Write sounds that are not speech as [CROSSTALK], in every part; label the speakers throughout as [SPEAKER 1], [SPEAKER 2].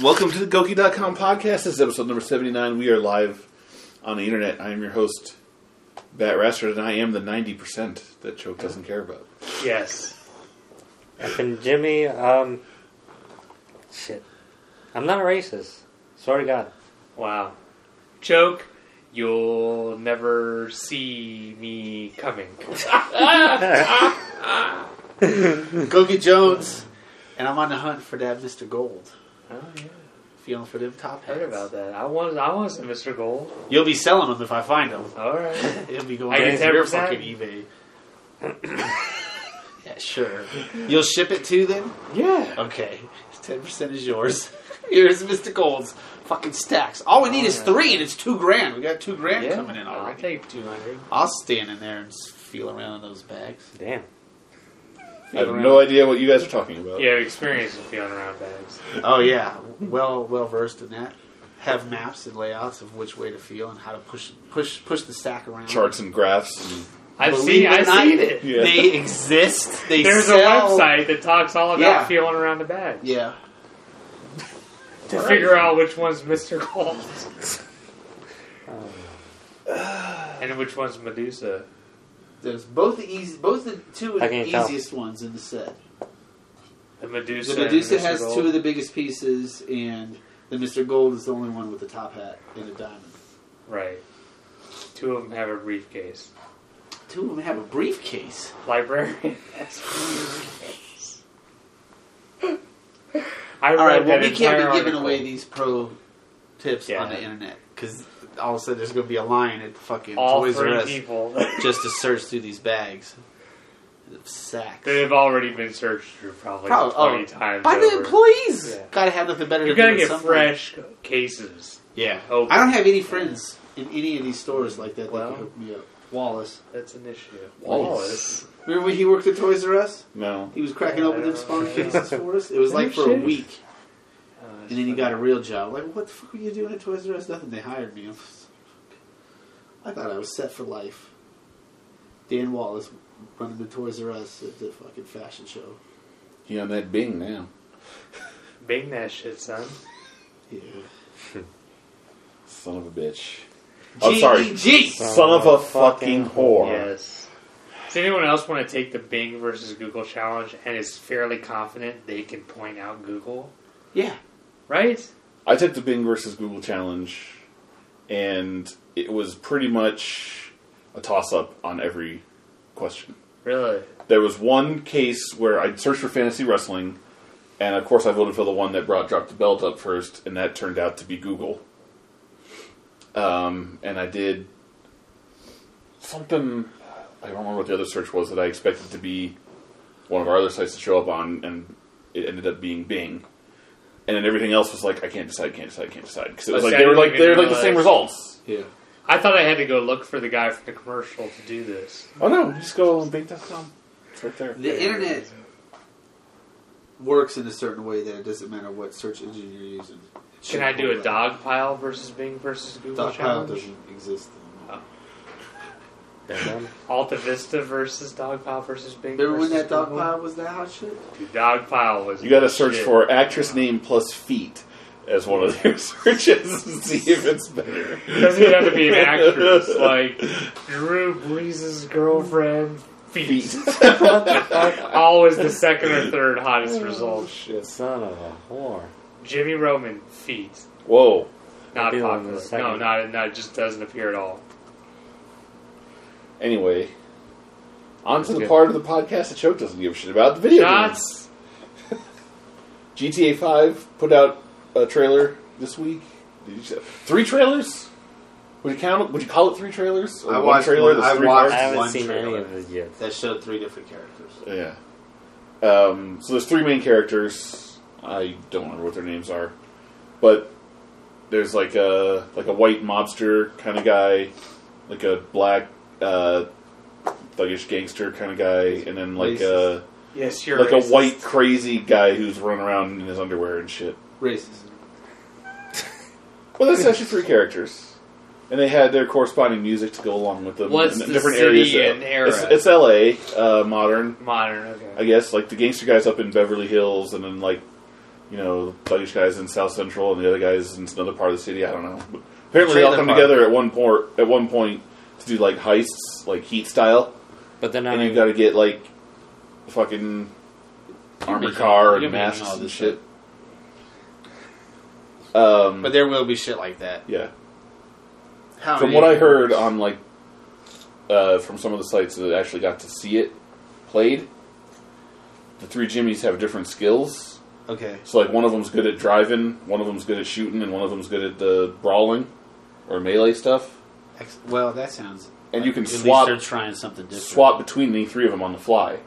[SPEAKER 1] Welcome to the Goki.com podcast. This is episode number 79. We are live on the internet. I am your host, Bat Rastard, and I am the 90% that Choke doesn't care about.
[SPEAKER 2] Yes. And Jimmy, um, shit. I'm not a racist. Swear to God.
[SPEAKER 3] Wow. Joke, you'll never see me coming.
[SPEAKER 4] Oh, Gogi Jones, and I'm on the hunt for that Mr. Gold.
[SPEAKER 3] Oh, yeah.
[SPEAKER 4] Feeling for them top hats.
[SPEAKER 3] Heard about that. I want, I want some Mr. Gold.
[SPEAKER 4] You'll be selling them if I find them.
[SPEAKER 3] [LAUGHS] All
[SPEAKER 4] [LAUGHS]
[SPEAKER 3] right.
[SPEAKER 4] It'll be
[SPEAKER 3] I
[SPEAKER 4] going
[SPEAKER 3] get
[SPEAKER 4] into your
[SPEAKER 3] 10%?
[SPEAKER 4] fucking eBay.
[SPEAKER 3] [COUGHS]
[SPEAKER 4] yeah, sure. You'll ship it to them.
[SPEAKER 3] Yeah.
[SPEAKER 4] Okay, ten percent is yours. [LAUGHS] Here's Mr. Gold's fucking stacks. All we need is
[SPEAKER 3] Alright.
[SPEAKER 4] three, and it's two grand. We got two grand
[SPEAKER 3] yeah.
[SPEAKER 4] coming in
[SPEAKER 3] I'll
[SPEAKER 4] already.
[SPEAKER 3] take 200.
[SPEAKER 4] I'll stand in there and s- feel around in those bags.
[SPEAKER 2] Damn.
[SPEAKER 1] I have no idea what you guys are talking about.
[SPEAKER 3] You have experience with feeling around bags.
[SPEAKER 4] Oh yeah, well well versed in that. Have maps and layouts of which way to feel and how to push push push the stack around.
[SPEAKER 1] Charts and graphs. And,
[SPEAKER 3] I've
[SPEAKER 4] Believe
[SPEAKER 3] seen,
[SPEAKER 4] it or
[SPEAKER 3] I've
[SPEAKER 4] not,
[SPEAKER 3] seen it.
[SPEAKER 1] Yeah.
[SPEAKER 4] They exist. They
[SPEAKER 3] There's a
[SPEAKER 4] sell.
[SPEAKER 3] website that talks all about
[SPEAKER 4] Yeah.
[SPEAKER 3] feeling around the bag
[SPEAKER 4] Yeah,
[SPEAKER 3] to figure out which one's Mr. Gold
[SPEAKER 4] [LAUGHS]
[SPEAKER 3] and which one's Medusa.
[SPEAKER 4] there's both the easy, both the two of
[SPEAKER 2] I
[SPEAKER 4] the
[SPEAKER 2] can't tell.
[SPEAKER 4] easiest ones in the set.
[SPEAKER 3] The Medusa.
[SPEAKER 4] The Medusa
[SPEAKER 3] and Mr.
[SPEAKER 4] has
[SPEAKER 3] Gold.
[SPEAKER 4] two of the biggest pieces, and the Mister Gold is the only one with the top hat and a diamond.
[SPEAKER 3] Right. Two of them have a briefcase.
[SPEAKER 4] Two of them have a briefcase.
[SPEAKER 3] Librarian [LAUGHS] has a briefcase. I read
[SPEAKER 4] All right, well
[SPEAKER 3] that
[SPEAKER 4] we can't be
[SPEAKER 3] entire
[SPEAKER 4] giving
[SPEAKER 3] article.
[SPEAKER 4] away these pro tips on
[SPEAKER 3] Yeah.
[SPEAKER 4] the internet because all of a sudden there's going to be a line at fucking
[SPEAKER 3] all
[SPEAKER 4] Toys R
[SPEAKER 3] three
[SPEAKER 4] Us.
[SPEAKER 3] people [LAUGHS]
[SPEAKER 4] just to search through these bags. Sacks.
[SPEAKER 3] that have already been searched through probably,
[SPEAKER 4] Probably- oh,
[SPEAKER 3] twenty times.
[SPEAKER 4] By the
[SPEAKER 3] over.
[SPEAKER 4] employees!
[SPEAKER 3] Yeah.
[SPEAKER 4] Gotta have nothing better
[SPEAKER 3] You're
[SPEAKER 4] to do.
[SPEAKER 3] gonna
[SPEAKER 4] at
[SPEAKER 3] get
[SPEAKER 4] some point.
[SPEAKER 3] fresh cases.
[SPEAKER 4] Yeah.
[SPEAKER 3] Oh,
[SPEAKER 4] I don't have any friends in any of these stores like that that
[SPEAKER 3] Well.
[SPEAKER 4] can hook me up. Wallace.
[SPEAKER 3] That's an issue. Oh,
[SPEAKER 1] Wallace.
[SPEAKER 4] Remember when he worked at Toys R Us?
[SPEAKER 1] no.
[SPEAKER 4] He was cracking open them spawn
[SPEAKER 3] [LAUGHS]
[SPEAKER 4] cases for us? It was like for a
[SPEAKER 3] Shit.
[SPEAKER 4] week.
[SPEAKER 3] Uh,
[SPEAKER 4] And then he got a real job. Like, what the fuck were you doing at Toys R Us? Nothing. They hired me. I thought I was set for life. Dan Wallace running the Toys R Us at the fucking fashion show.
[SPEAKER 1] He on that Bing now.
[SPEAKER 3] Bing that shit, son.
[SPEAKER 4] Yeah.
[SPEAKER 1] Son of a bitch. Oh,
[SPEAKER 4] E
[SPEAKER 1] sorry.
[SPEAKER 4] GEG.
[SPEAKER 1] Son of a fucking whore.
[SPEAKER 3] Yes. Does anyone else want to take the Bing versus Google challenge and is fairly confident they can point out Google?
[SPEAKER 4] Yeah.
[SPEAKER 3] Right?
[SPEAKER 1] I took the Bing versus Google challenge, and it was pretty much a toss up on every question.
[SPEAKER 3] Really?
[SPEAKER 1] There was one case where I searched for fantasy wrestling, and of course I voted for the one that brought Drop the Belt up first, and that turned out to be Google. Um, and I did something, I don't remember what the other search was that I expected to be one of our other sites to show up on, and it ended up being Bing. And then everything else was like, I can't decide, can't decide, can't decide. Because it was
[SPEAKER 3] Oh,
[SPEAKER 1] like,
[SPEAKER 3] see,
[SPEAKER 1] they
[SPEAKER 3] I
[SPEAKER 1] were
[SPEAKER 3] didn't
[SPEAKER 1] like,
[SPEAKER 3] even
[SPEAKER 1] they were like the same
[SPEAKER 3] realize.
[SPEAKER 1] results.
[SPEAKER 4] Yeah.
[SPEAKER 3] I thought I had to go look for the guy from the commercial to do this.
[SPEAKER 1] Oh no, just go on Bing.com. It's right there.
[SPEAKER 4] The internet works in a certain way that it doesn't matter what search engine you're using.
[SPEAKER 3] Can I do a dog pile versus Bing versus Google
[SPEAKER 4] Dog pile
[SPEAKER 3] challenge? Uh,
[SPEAKER 4] doesn't exist. anymore.
[SPEAKER 2] Damn.
[SPEAKER 3] Alta Vista versus dog pile versus Bing.
[SPEAKER 4] Remember when
[SPEAKER 3] versus
[SPEAKER 4] that dog
[SPEAKER 3] Google?
[SPEAKER 4] pile was that hot shit?
[SPEAKER 3] Dude, dog pile was.
[SPEAKER 1] You got to search
[SPEAKER 3] shit.
[SPEAKER 1] for actress name plus feet as one of your [LAUGHS] searches and see if it's better.
[SPEAKER 3] Doesn't even have to
[SPEAKER 1] [LAUGHS]
[SPEAKER 3] be an actress. Like Drew Brees' girlfriend. Feet.
[SPEAKER 1] feet. [LAUGHS]
[SPEAKER 3] Always the second or third hottest result.
[SPEAKER 2] Son of a whore.
[SPEAKER 3] Jimmy Roman feet.
[SPEAKER 1] Whoa.
[SPEAKER 3] Not
[SPEAKER 2] Appeal in the
[SPEAKER 3] popular.
[SPEAKER 2] second.
[SPEAKER 3] No, not not. It just doesn't appear at all.
[SPEAKER 1] Anyway, on to the
[SPEAKER 2] Okay.
[SPEAKER 1] part of the podcast that Choke doesn't give a shit about the video games.
[SPEAKER 3] Shots.
[SPEAKER 1] GTA 5 put out a trailer this week. Did you say, three trailers? Would you count? it- Would you call it three trailers? Or
[SPEAKER 4] I
[SPEAKER 1] one
[SPEAKER 4] watched
[SPEAKER 1] trailer.
[SPEAKER 4] one-
[SPEAKER 1] that's
[SPEAKER 4] I
[SPEAKER 1] three
[SPEAKER 2] I
[SPEAKER 4] watched-
[SPEAKER 1] parts?
[SPEAKER 2] haven't
[SPEAKER 4] One
[SPEAKER 2] seen any
[SPEAKER 4] trailer.
[SPEAKER 2] of this yet.
[SPEAKER 4] That showed three different characters.
[SPEAKER 1] Yeah. Um, so there's three main characters. I don't remember what their names are, but there's like a like a white mobster kind of guy, like a black uh, thuggish gangster kind of guy, and then like a
[SPEAKER 3] Yes, you're
[SPEAKER 1] like
[SPEAKER 3] racist.
[SPEAKER 1] a white crazy guy who's running around in his underwear and shit.
[SPEAKER 4] Racist.
[SPEAKER 1] Well, that's actually three characters, and they had their corresponding music to go along with them.
[SPEAKER 3] What's
[SPEAKER 1] in
[SPEAKER 3] the
[SPEAKER 1] different
[SPEAKER 3] city
[SPEAKER 1] areas.
[SPEAKER 3] and era?
[SPEAKER 1] It's, it's L.A. Uh, modern.
[SPEAKER 3] modern. Okay.
[SPEAKER 1] I guess like the gangster guys up in Beverly Hills, and then like you know, Dutch guy's in South Central and the other guy's in another part of the city. I don't know. But apparently, they all
[SPEAKER 5] Trailer
[SPEAKER 1] come
[SPEAKER 5] park.
[SPEAKER 1] together at one point at one point to do like heists, like Heat style,
[SPEAKER 2] But then I
[SPEAKER 1] and
[SPEAKER 2] mean,
[SPEAKER 1] you've got to get like fucking armored car
[SPEAKER 5] you'll
[SPEAKER 1] and
[SPEAKER 5] be doing all
[SPEAKER 1] masks and
[SPEAKER 5] this
[SPEAKER 1] shit. Um,
[SPEAKER 5] But there will be shit like that.
[SPEAKER 1] yeah.
[SPEAKER 5] How
[SPEAKER 1] From
[SPEAKER 5] many
[SPEAKER 1] what I heard
[SPEAKER 5] works?
[SPEAKER 1] on like uh, from some of the sites that actually got to see it played, the three Jimmies have different skills.
[SPEAKER 5] okay,
[SPEAKER 1] So like one of them's good at driving, one of them's good at shooting, and one of them's good at the brawling or melee stuff.
[SPEAKER 5] Ex- well that sounds.
[SPEAKER 1] And you can
[SPEAKER 5] at Least
[SPEAKER 1] swap-
[SPEAKER 5] they're trying something different.
[SPEAKER 1] Swap between the three of them on the fly.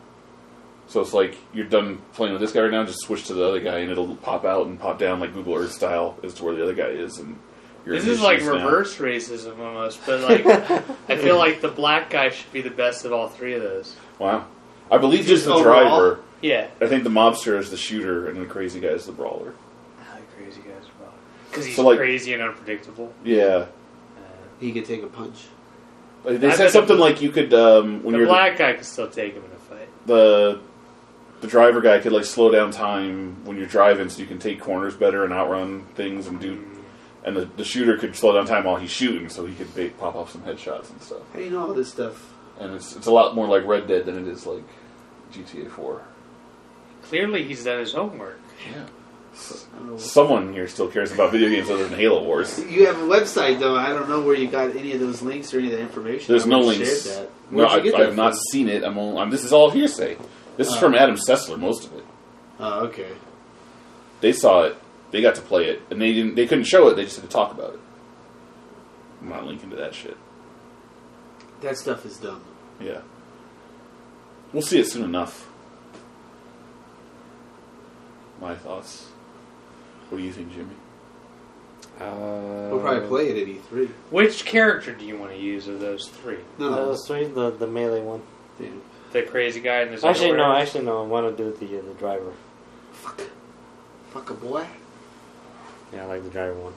[SPEAKER 1] So it's like you're done playing with this guy right now, just switch to the other guy, and it'll pop out and pop down like Google Earth style as to where the other guy is. And you're
[SPEAKER 3] This
[SPEAKER 1] in
[SPEAKER 3] is
[SPEAKER 1] his
[SPEAKER 3] like
[SPEAKER 1] shoes now.
[SPEAKER 3] reverse racism almost, but like
[SPEAKER 2] [LAUGHS]
[SPEAKER 3] I feel like the black guy should be the best of all three of those.
[SPEAKER 1] Wow, I believe just the
[SPEAKER 4] Overall?
[SPEAKER 1] driver.
[SPEAKER 3] Yeah,
[SPEAKER 1] I think the mobster is the shooter, and the crazy guy is the brawler.
[SPEAKER 3] Ah, the crazy guys are probably because he's
[SPEAKER 1] So, like-
[SPEAKER 3] crazy and unpredictable.
[SPEAKER 1] Yeah,
[SPEAKER 3] Uh,
[SPEAKER 4] He could take a punch.
[SPEAKER 1] Like, they
[SPEAKER 3] I
[SPEAKER 1] said
[SPEAKER 3] bet
[SPEAKER 1] something
[SPEAKER 3] the-
[SPEAKER 1] like you could um, when
[SPEAKER 3] the
[SPEAKER 1] you're
[SPEAKER 3] black guy could still take him in a fight.
[SPEAKER 1] the the driver guy could like slow down time when you're driving, so you can take corners better and outrun things and do. And the, the shooter could slow down time while he's shooting, so he could ba pop off some headshots and stuff.
[SPEAKER 4] How do you know all this stuff?
[SPEAKER 1] And it's it's a lot more like Red Dead than it is like GTA Four.
[SPEAKER 3] Clearly, he's done his homework.
[SPEAKER 1] Yeah.
[SPEAKER 4] I don't know.
[SPEAKER 1] Someone here still cares about video games other than Halo Wars.
[SPEAKER 4] You have a website though. I don't know where you got any of those links or any of that information.
[SPEAKER 1] There's
[SPEAKER 4] I
[SPEAKER 1] no
[SPEAKER 4] would've
[SPEAKER 1] links.
[SPEAKER 4] shared that.
[SPEAKER 1] No,
[SPEAKER 4] Where'd you
[SPEAKER 1] I,
[SPEAKER 4] get
[SPEAKER 1] I
[SPEAKER 4] that
[SPEAKER 1] have not
[SPEAKER 4] from?
[SPEAKER 1] seen it. I'm, only, I'm this is all hearsay. This is
[SPEAKER 4] Oh.
[SPEAKER 1] from Adam Sessler. Most of it.
[SPEAKER 4] Oh, okay.
[SPEAKER 1] They saw it. They got to play it, and they didn't. They couldn't show it. They just had to talk about it. I'm not linking to that shit.
[SPEAKER 4] That stuff is dumb.
[SPEAKER 1] Yeah. We'll see it soon enough. My thoughts. What do you think, Jimmy?
[SPEAKER 2] uh,
[SPEAKER 4] We'll probably play it at E E3.
[SPEAKER 3] Which character do you want to use of those three?
[SPEAKER 4] No, no,
[SPEAKER 1] Uh,
[SPEAKER 2] Those three, the the melee one.
[SPEAKER 4] damn.
[SPEAKER 3] The crazy guy and the
[SPEAKER 2] Actually, no. Actually, no. I want to do the uh, the driver.
[SPEAKER 4] Fuck. Fuck a boy.
[SPEAKER 2] Yeah, I like the driver one.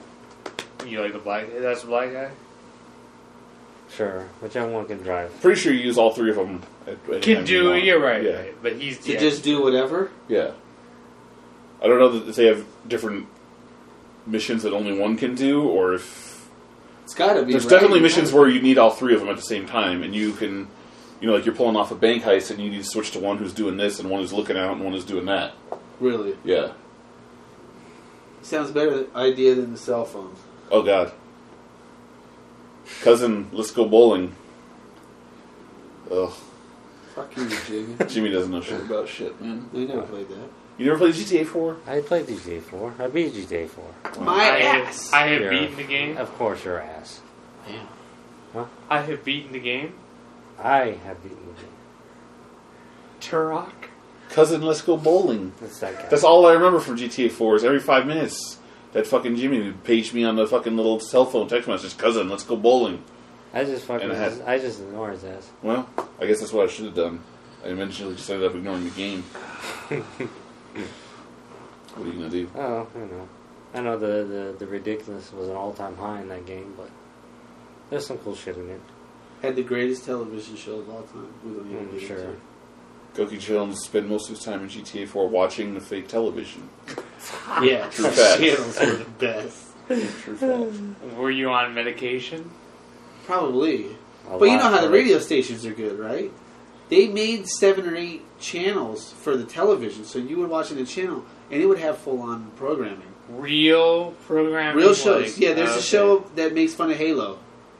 [SPEAKER 3] you like the black? That's the black guy.
[SPEAKER 2] Sure, whichever one can drive.
[SPEAKER 1] Pretty sure you use all three of them. At, at any
[SPEAKER 3] Can
[SPEAKER 1] time
[SPEAKER 3] do.
[SPEAKER 1] want.
[SPEAKER 3] You're right.
[SPEAKER 1] Yeah.
[SPEAKER 3] right. But he's
[SPEAKER 4] To
[SPEAKER 3] yeah.
[SPEAKER 4] just do whatever.
[SPEAKER 1] Yeah. I don't know that if they have different missions that only one can do, or if
[SPEAKER 4] It's gotta be.
[SPEAKER 1] There's
[SPEAKER 4] right?
[SPEAKER 1] definitely missions where you need all three of them at the same time, and you can, you know, like you're pulling off a bank heist, and you need to switch to one who's doing this, and one who's looking out, and one who's doing that.
[SPEAKER 4] Really,
[SPEAKER 1] Yeah.
[SPEAKER 4] sounds better idea than the cell phone.
[SPEAKER 1] Oh God. Cousin, let's go bowling. Ugh,
[SPEAKER 4] Fuck you, Jimmy.
[SPEAKER 1] Jimmy doesn't know shit about shit, man.
[SPEAKER 4] [LAUGHS] I never played that.
[SPEAKER 1] You never played GTA Four?
[SPEAKER 2] I played GTA 4. I beat GTA 4.
[SPEAKER 4] My
[SPEAKER 3] I
[SPEAKER 4] ass.
[SPEAKER 3] have, I have
[SPEAKER 2] Yeah.
[SPEAKER 3] beaten the game.
[SPEAKER 2] Of course, your ass.
[SPEAKER 5] Yeah.
[SPEAKER 3] I have beaten the game.
[SPEAKER 2] I have beaten the game.
[SPEAKER 3] Turok.
[SPEAKER 1] Cousin, let's go bowling.
[SPEAKER 2] That's that guy.
[SPEAKER 1] That's all I remember from GTA Four is every five minutes that fucking Jimmy would page me on the fucking little cell phone text message. Cousin, let's go bowling.
[SPEAKER 2] I just fucking.
[SPEAKER 1] And I had-
[SPEAKER 2] I just ignore his ass.
[SPEAKER 1] Well, I guess that's what I should have done. I eventually just ended up ignoring the game. what are you gonna do?
[SPEAKER 2] Oh, I know. I know the, the, the ridiculous was an all time high in that game, but there's some cool shit in it.
[SPEAKER 4] Had the greatest television show of all time. We don't even
[SPEAKER 2] Mm,
[SPEAKER 4] get
[SPEAKER 2] sure.
[SPEAKER 4] into it.
[SPEAKER 1] Goki Jones spent most of his time in GTA 4 watching the fake television.
[SPEAKER 4] [LAUGHS] Yeah,
[SPEAKER 1] True facts.
[SPEAKER 4] channels were the best.
[SPEAKER 1] True fact.
[SPEAKER 3] Were you on medication?
[SPEAKER 4] Probably.
[SPEAKER 2] A
[SPEAKER 4] But you
[SPEAKER 2] lot
[SPEAKER 4] know how the
[SPEAKER 2] of-
[SPEAKER 4] radio stations are good, right? They made seven or eight channels for the television, so you were watching the channel, and it would have full-on programming,
[SPEAKER 3] Real programming.
[SPEAKER 4] real shows.
[SPEAKER 3] like- uh,
[SPEAKER 4] yeah, there's
[SPEAKER 3] okay.
[SPEAKER 4] a show that makes fun of Halo,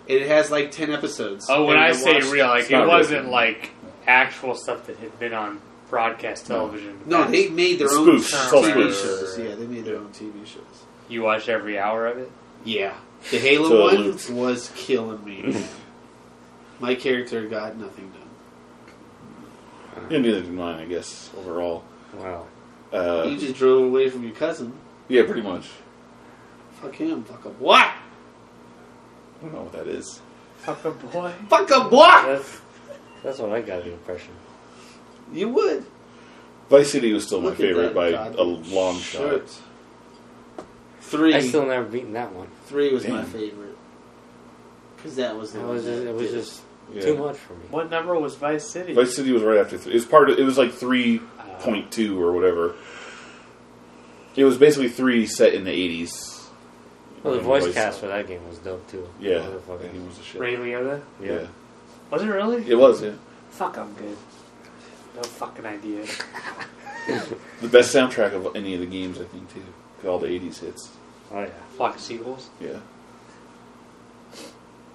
[SPEAKER 4] and it has like ten episodes.
[SPEAKER 3] Oh, when
[SPEAKER 4] And
[SPEAKER 3] I
[SPEAKER 4] you
[SPEAKER 3] say
[SPEAKER 4] watch-
[SPEAKER 3] real, like
[SPEAKER 1] it's
[SPEAKER 3] it
[SPEAKER 1] not
[SPEAKER 3] wasn't
[SPEAKER 1] real.
[SPEAKER 3] like actual stuff that had been on broadcast
[SPEAKER 1] No.
[SPEAKER 3] television. in the
[SPEAKER 4] no,
[SPEAKER 3] past.
[SPEAKER 4] they made their own
[SPEAKER 1] Spoofs. It's all
[SPEAKER 4] TV
[SPEAKER 1] spoofs.
[SPEAKER 4] shows. Yeah, they made their own TV shows.
[SPEAKER 3] You watched every hour of it.
[SPEAKER 4] Yeah, the Halo
[SPEAKER 1] So
[SPEAKER 4] one
[SPEAKER 1] Luke-
[SPEAKER 4] was killing
[SPEAKER 1] [LAUGHS]
[SPEAKER 4] me. My character got nothing done.
[SPEAKER 1] Yeah, neither did mine, I guess, overall.
[SPEAKER 2] Wow.
[SPEAKER 1] Uh,
[SPEAKER 4] you just drove away from your cousin.
[SPEAKER 1] yeah, pretty much.
[SPEAKER 4] Fuck him. Fuck a what?
[SPEAKER 1] I don't know what that is.
[SPEAKER 3] Fuck a boy.
[SPEAKER 4] Fuck a what?
[SPEAKER 2] That's, that's what I got the impression.
[SPEAKER 4] You would.
[SPEAKER 1] Vice City was still my
[SPEAKER 4] Look at
[SPEAKER 1] favorite
[SPEAKER 4] that
[SPEAKER 1] by a
[SPEAKER 4] goddamn
[SPEAKER 1] long shot.
[SPEAKER 4] shirt. Three,
[SPEAKER 2] I still never beaten that one.
[SPEAKER 4] three was my
[SPEAKER 1] Damn.
[SPEAKER 4] favorite because that was the
[SPEAKER 2] It
[SPEAKER 4] one
[SPEAKER 2] was just,
[SPEAKER 4] that
[SPEAKER 2] it was
[SPEAKER 4] did
[SPEAKER 2] just
[SPEAKER 1] Yeah.
[SPEAKER 2] too much for me.
[SPEAKER 3] What number was Vice City?
[SPEAKER 1] Vice City was right after three. It was part of, it was like 3.2 or whatever. It was basically three set in the eighties.
[SPEAKER 2] Well, the voice cast for that game was dope too.
[SPEAKER 1] Yeah,
[SPEAKER 2] Motherfucking-
[SPEAKER 1] that game was a shit.
[SPEAKER 3] Ray Liotta?
[SPEAKER 1] Yeah,
[SPEAKER 3] Was it really?
[SPEAKER 1] it was. Yeah,
[SPEAKER 3] Fuck, I'm good. No fucking idea.
[SPEAKER 1] the best soundtrack of any of the games, I think, too. 'Cause All the eighties hits.
[SPEAKER 2] Oh yeah.
[SPEAKER 3] Flock of seagulls.
[SPEAKER 1] Yeah,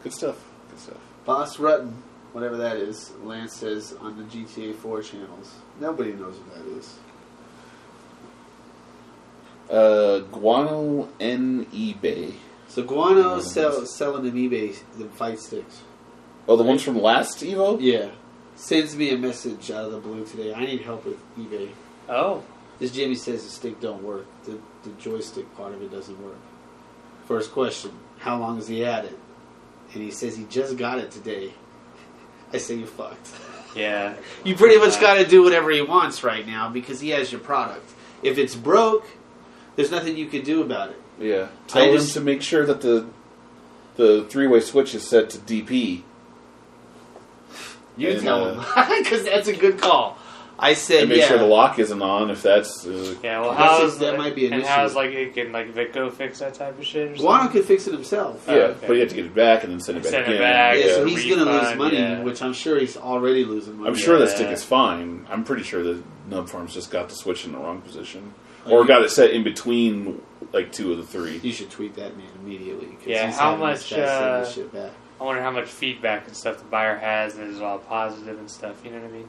[SPEAKER 1] good stuff. Good stuff.
[SPEAKER 4] Boss Rutten, whatever that is, Lance says on the GTA 4 channels. Nobody knows what that is.
[SPEAKER 1] Uh, Guano N eBay.
[SPEAKER 4] So Guano
[SPEAKER 1] Mm.
[SPEAKER 4] sell, selling them eBay the fight sticks.
[SPEAKER 1] Oh, the ones from last Evo.
[SPEAKER 4] Yeah, sends me a message out of the blue today. I need help with eBay.
[SPEAKER 3] Oh.
[SPEAKER 4] This Jimmy says the stick don't work. The, the joystick part of it doesn't work. First question: How long has he had it? And he says he just got it today. [LAUGHS] I say you fucked. [LAUGHS]
[SPEAKER 3] Yeah.
[SPEAKER 4] You pretty much got to do whatever he wants right now because he has your product. If it's broke, there's nothing you can do about it.
[SPEAKER 1] Yeah. Tell
[SPEAKER 4] I
[SPEAKER 1] them
[SPEAKER 4] just-
[SPEAKER 1] to make sure that the the three way switch is set to DP.
[SPEAKER 4] You
[SPEAKER 1] And, uh,
[SPEAKER 4] tell him [LAUGHS] because that's a good call. I said
[SPEAKER 1] And make
[SPEAKER 4] yeah.
[SPEAKER 1] sure the lock isn't on if that's. Uh,
[SPEAKER 3] Yeah, well,
[SPEAKER 4] That's
[SPEAKER 3] how's
[SPEAKER 4] just- that might be an
[SPEAKER 3] and
[SPEAKER 4] issue.
[SPEAKER 3] how's like it can like Vico fix that type of shit? Or
[SPEAKER 4] Guano
[SPEAKER 3] something?
[SPEAKER 4] could fix it himself.
[SPEAKER 1] yeah,
[SPEAKER 3] okay.
[SPEAKER 1] but you have to get it back and then send it back.
[SPEAKER 3] Send it
[SPEAKER 1] in.
[SPEAKER 3] back.
[SPEAKER 4] Yeah,
[SPEAKER 1] Yeah.
[SPEAKER 4] so he's going to lose
[SPEAKER 3] refund,
[SPEAKER 4] money,
[SPEAKER 3] yeah.
[SPEAKER 4] which I'm sure he's already losing money.
[SPEAKER 1] I'm sure that
[SPEAKER 3] Yeah.
[SPEAKER 1] stick is fine. I'm pretty sure that Nub Farms just got the switch in the wrong position,
[SPEAKER 4] Like
[SPEAKER 1] or
[SPEAKER 4] you-
[SPEAKER 1] got it set in between like two of the three.
[SPEAKER 4] You should tweet that man immediately. 'cause
[SPEAKER 3] Yeah,
[SPEAKER 4] he's
[SPEAKER 3] how
[SPEAKER 4] having this
[SPEAKER 3] much,
[SPEAKER 4] guy send this
[SPEAKER 3] uh,
[SPEAKER 4] shit back.
[SPEAKER 3] I wonder how much feedback and stuff the buyer has, and is it all positive and stuff. You know what I mean?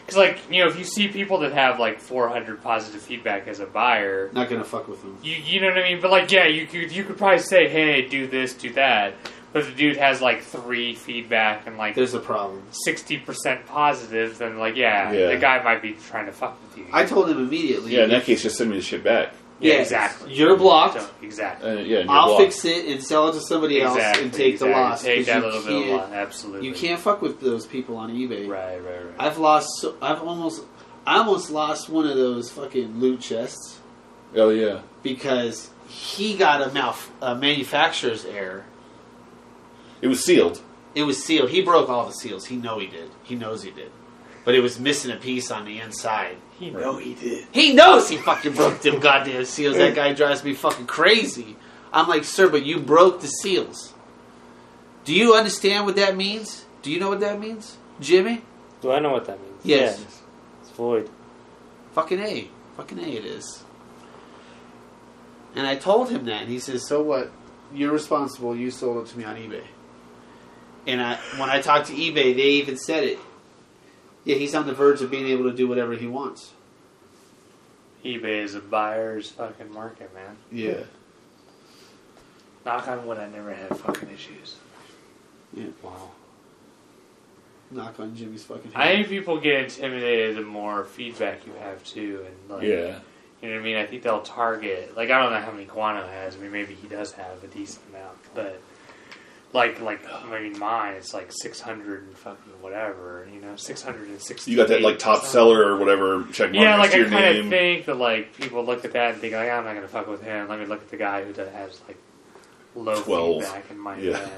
[SPEAKER 3] Because like you know, if you see people that have like 400 positive feedback as a buyer,
[SPEAKER 4] Not going to fuck with him.
[SPEAKER 3] you you know what I mean? But like, yeah, you could you could probably say, hey, do this, do that. But if the dude has like three feedback and like
[SPEAKER 4] There's a problem.
[SPEAKER 3] sixty percent positive, then like, yeah,
[SPEAKER 1] Yeah.
[SPEAKER 3] the guy might be trying to fuck with you.
[SPEAKER 4] I told him immediately.
[SPEAKER 1] Yeah, in that case, just send me the shit back.
[SPEAKER 3] yeah,
[SPEAKER 4] yes,
[SPEAKER 3] exactly.
[SPEAKER 4] You're blocked.
[SPEAKER 3] So, exactly.
[SPEAKER 1] Uh, yeah, and you're
[SPEAKER 4] I'll
[SPEAKER 1] blocked.
[SPEAKER 4] fix it and sell it to somebody else
[SPEAKER 3] exactly.
[SPEAKER 4] and take
[SPEAKER 3] exactly.
[SPEAKER 4] the loss.
[SPEAKER 3] Take
[SPEAKER 4] 'cause
[SPEAKER 3] that
[SPEAKER 4] you
[SPEAKER 3] little bit of
[SPEAKER 4] can't-
[SPEAKER 3] loss. Absolutely.
[SPEAKER 4] You can't fuck with those people on eBay.
[SPEAKER 3] Right, right, right.
[SPEAKER 4] I've lost. So, I've almost. I almost lost one of those fucking loot chests
[SPEAKER 1] Oh yeah,
[SPEAKER 4] because he got a, malf- a manufacturer's error.
[SPEAKER 1] it was sealed.
[SPEAKER 4] It was sealed. He broke all the seals. He know he did. He knows he did. But it was missing a piece on the inside.
[SPEAKER 3] He
[SPEAKER 1] Right.
[SPEAKER 3] know he did.
[SPEAKER 4] He knows he fucking broke them goddamn seals. That guy drives me fucking crazy. I'm like, sir, but you broke the seals. Do you understand what that means? Do you know what that means, Jimmy?
[SPEAKER 2] Do I know what that means?
[SPEAKER 4] Yes.
[SPEAKER 2] Yeah. It's void.
[SPEAKER 4] Fucking A. Fucking A it is. And I told him that, and he says, So what? You're responsible. You sold it to me on eBay. And I, when I talked to eBay, they even said it. Yeah, he's on the verge of being able to do whatever he wants.
[SPEAKER 3] eBay is a buyer's fucking market, man.
[SPEAKER 4] Yeah.
[SPEAKER 3] Knock on wood, I never had fucking issues.
[SPEAKER 2] Wow.
[SPEAKER 4] Knock on Jimmy's fucking
[SPEAKER 3] I
[SPEAKER 4] head.
[SPEAKER 3] think people get intimidated the more feedback you have too, and like,
[SPEAKER 1] Yeah,
[SPEAKER 3] you know what I mean. I think they'll target. Like, I don't know how many Guano has. I mean, maybe he does have a decent amount, but like, like I mean, mine it's like six hundred and fucking whatever. You know, six hundred and sixty.
[SPEAKER 1] you got that like top seller or whatever check mark
[SPEAKER 3] Yeah,
[SPEAKER 1] next
[SPEAKER 3] like
[SPEAKER 1] to
[SPEAKER 3] I
[SPEAKER 1] your
[SPEAKER 3] kind
[SPEAKER 1] name.
[SPEAKER 3] of think that like people look at that and think like I'm not gonna fuck with him. Let me look at the guy who does, has like low
[SPEAKER 1] Twelve.
[SPEAKER 3] feedback in my
[SPEAKER 1] Yeah.
[SPEAKER 3] yeah.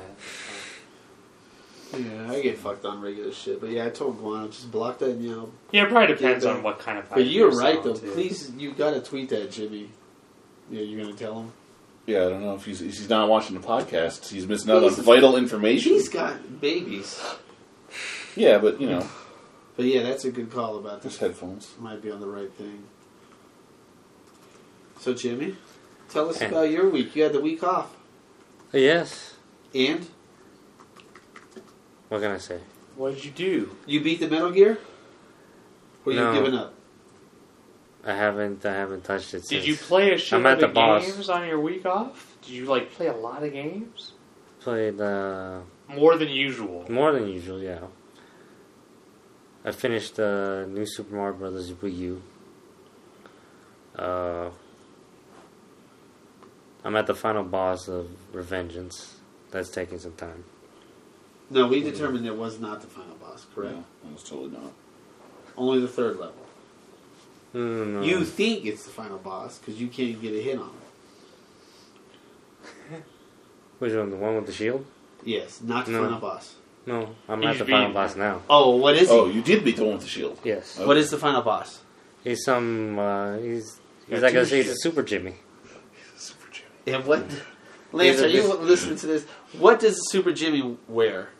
[SPEAKER 4] yeah, I get fucked on regular shit. But yeah, I told Guano, just block that now.
[SPEAKER 3] Yeah, it probably depends
[SPEAKER 4] Yeah,
[SPEAKER 3] on what kind of.
[SPEAKER 4] But you're right,
[SPEAKER 3] selling
[SPEAKER 4] though.
[SPEAKER 3] to.
[SPEAKER 4] Please, you gotta tweet that, Jimmy. Yeah, you're gonna tell him?
[SPEAKER 1] Yeah, I don't know if he's if he's not watching the podcast. He's missing out on
[SPEAKER 4] He's-
[SPEAKER 1] vital information.
[SPEAKER 4] He's got babies.
[SPEAKER 1] Yeah, but you know,
[SPEAKER 4] [LAUGHS] But yeah, that's a good call about this.
[SPEAKER 1] just headphones.
[SPEAKER 4] might be on the right thing. So, Jimmy, tell us
[SPEAKER 2] And-
[SPEAKER 4] about your week. You had the week off.
[SPEAKER 2] Uh, Yes.
[SPEAKER 4] And
[SPEAKER 2] What can I say?
[SPEAKER 3] What did you do?
[SPEAKER 4] you beat the Metal Gear? Or
[SPEAKER 2] No.
[SPEAKER 4] you giving up?
[SPEAKER 2] I haven't. I haven't touched it.
[SPEAKER 3] Did
[SPEAKER 2] Since.
[SPEAKER 3] you play a shit
[SPEAKER 2] I'm at
[SPEAKER 3] ton
[SPEAKER 2] the
[SPEAKER 3] of
[SPEAKER 2] boss.
[SPEAKER 3] games on your week off? Did you like play a lot of games?
[SPEAKER 2] played uh,
[SPEAKER 3] More than usual.
[SPEAKER 2] more than usual? Yeah. I finished the new Super Mario Brothers Wii U. Uh, I'm at the final boss of Revengeance. That's taking some time.
[SPEAKER 4] No, we determined it was not the final boss, correct?
[SPEAKER 1] No, almost totally not.
[SPEAKER 4] Only the third level.
[SPEAKER 2] Mm,
[SPEAKER 4] You think it's the final boss because you can't get a hit on it.
[SPEAKER 2] which one? The one with the shield?
[SPEAKER 4] Yes, not the
[SPEAKER 2] No.
[SPEAKER 4] final boss.
[SPEAKER 2] No, I'm
[SPEAKER 3] You
[SPEAKER 2] at the
[SPEAKER 3] beat
[SPEAKER 2] final
[SPEAKER 3] him.
[SPEAKER 2] boss now.
[SPEAKER 4] Oh, what is
[SPEAKER 1] Oh,
[SPEAKER 4] he?
[SPEAKER 1] you did beat the one with the shield.
[SPEAKER 2] Yes.
[SPEAKER 1] Oh.
[SPEAKER 4] What is the final boss?
[SPEAKER 2] He's some. Uh, he's He's not
[SPEAKER 1] two
[SPEAKER 2] gonna say
[SPEAKER 1] shit.
[SPEAKER 2] it's Super Jimmy.
[SPEAKER 1] Super Jimmy.
[SPEAKER 5] And
[SPEAKER 2] [LAUGHS]
[SPEAKER 5] what?
[SPEAKER 4] Lance,
[SPEAKER 2] These are
[SPEAKER 4] are you
[SPEAKER 2] just-
[SPEAKER 4] listening to this?
[SPEAKER 5] What does Super Jimmy wear?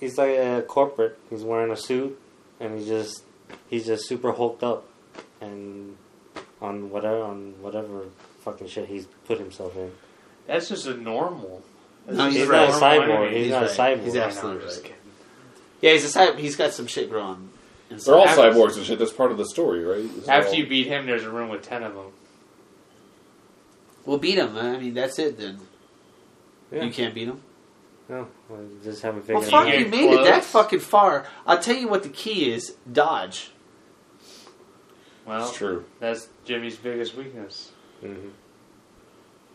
[SPEAKER 2] He's like a corporate. He's wearing a suit, and he just he's just super hulked up, and on whatever on whatever fucking shit he's put himself in.
[SPEAKER 3] That's just a normal. That's
[SPEAKER 5] No,
[SPEAKER 3] just
[SPEAKER 5] he's
[SPEAKER 3] a
[SPEAKER 5] not a
[SPEAKER 3] normal
[SPEAKER 2] cyborg.
[SPEAKER 3] enemy.
[SPEAKER 2] He's not a
[SPEAKER 5] right.
[SPEAKER 2] cyborg.
[SPEAKER 5] He's
[SPEAKER 3] I know,
[SPEAKER 5] absolutely
[SPEAKER 3] I'm just
[SPEAKER 5] right.
[SPEAKER 3] kidding.
[SPEAKER 5] Yeah, he's a cyborg. He's got some shit growing. And
[SPEAKER 1] They're
[SPEAKER 5] so
[SPEAKER 1] all
[SPEAKER 5] after-
[SPEAKER 1] cyborgs and shit. That's part of the story, right? It's all-
[SPEAKER 3] After you beat him, there's a room with ten of them.
[SPEAKER 5] We'll beat him. I mean, that's it then.
[SPEAKER 2] Yeah.
[SPEAKER 5] You can't beat him.
[SPEAKER 2] No, I just haven't
[SPEAKER 5] Well,
[SPEAKER 2] figured it
[SPEAKER 5] fuck,
[SPEAKER 2] out.
[SPEAKER 3] get
[SPEAKER 5] you made it that
[SPEAKER 3] close.
[SPEAKER 5] fucking far. I'll tell you what the key is: dodge.
[SPEAKER 3] Well,
[SPEAKER 1] It's true.
[SPEAKER 3] that's Jimmy's biggest weakness.
[SPEAKER 2] Mhm.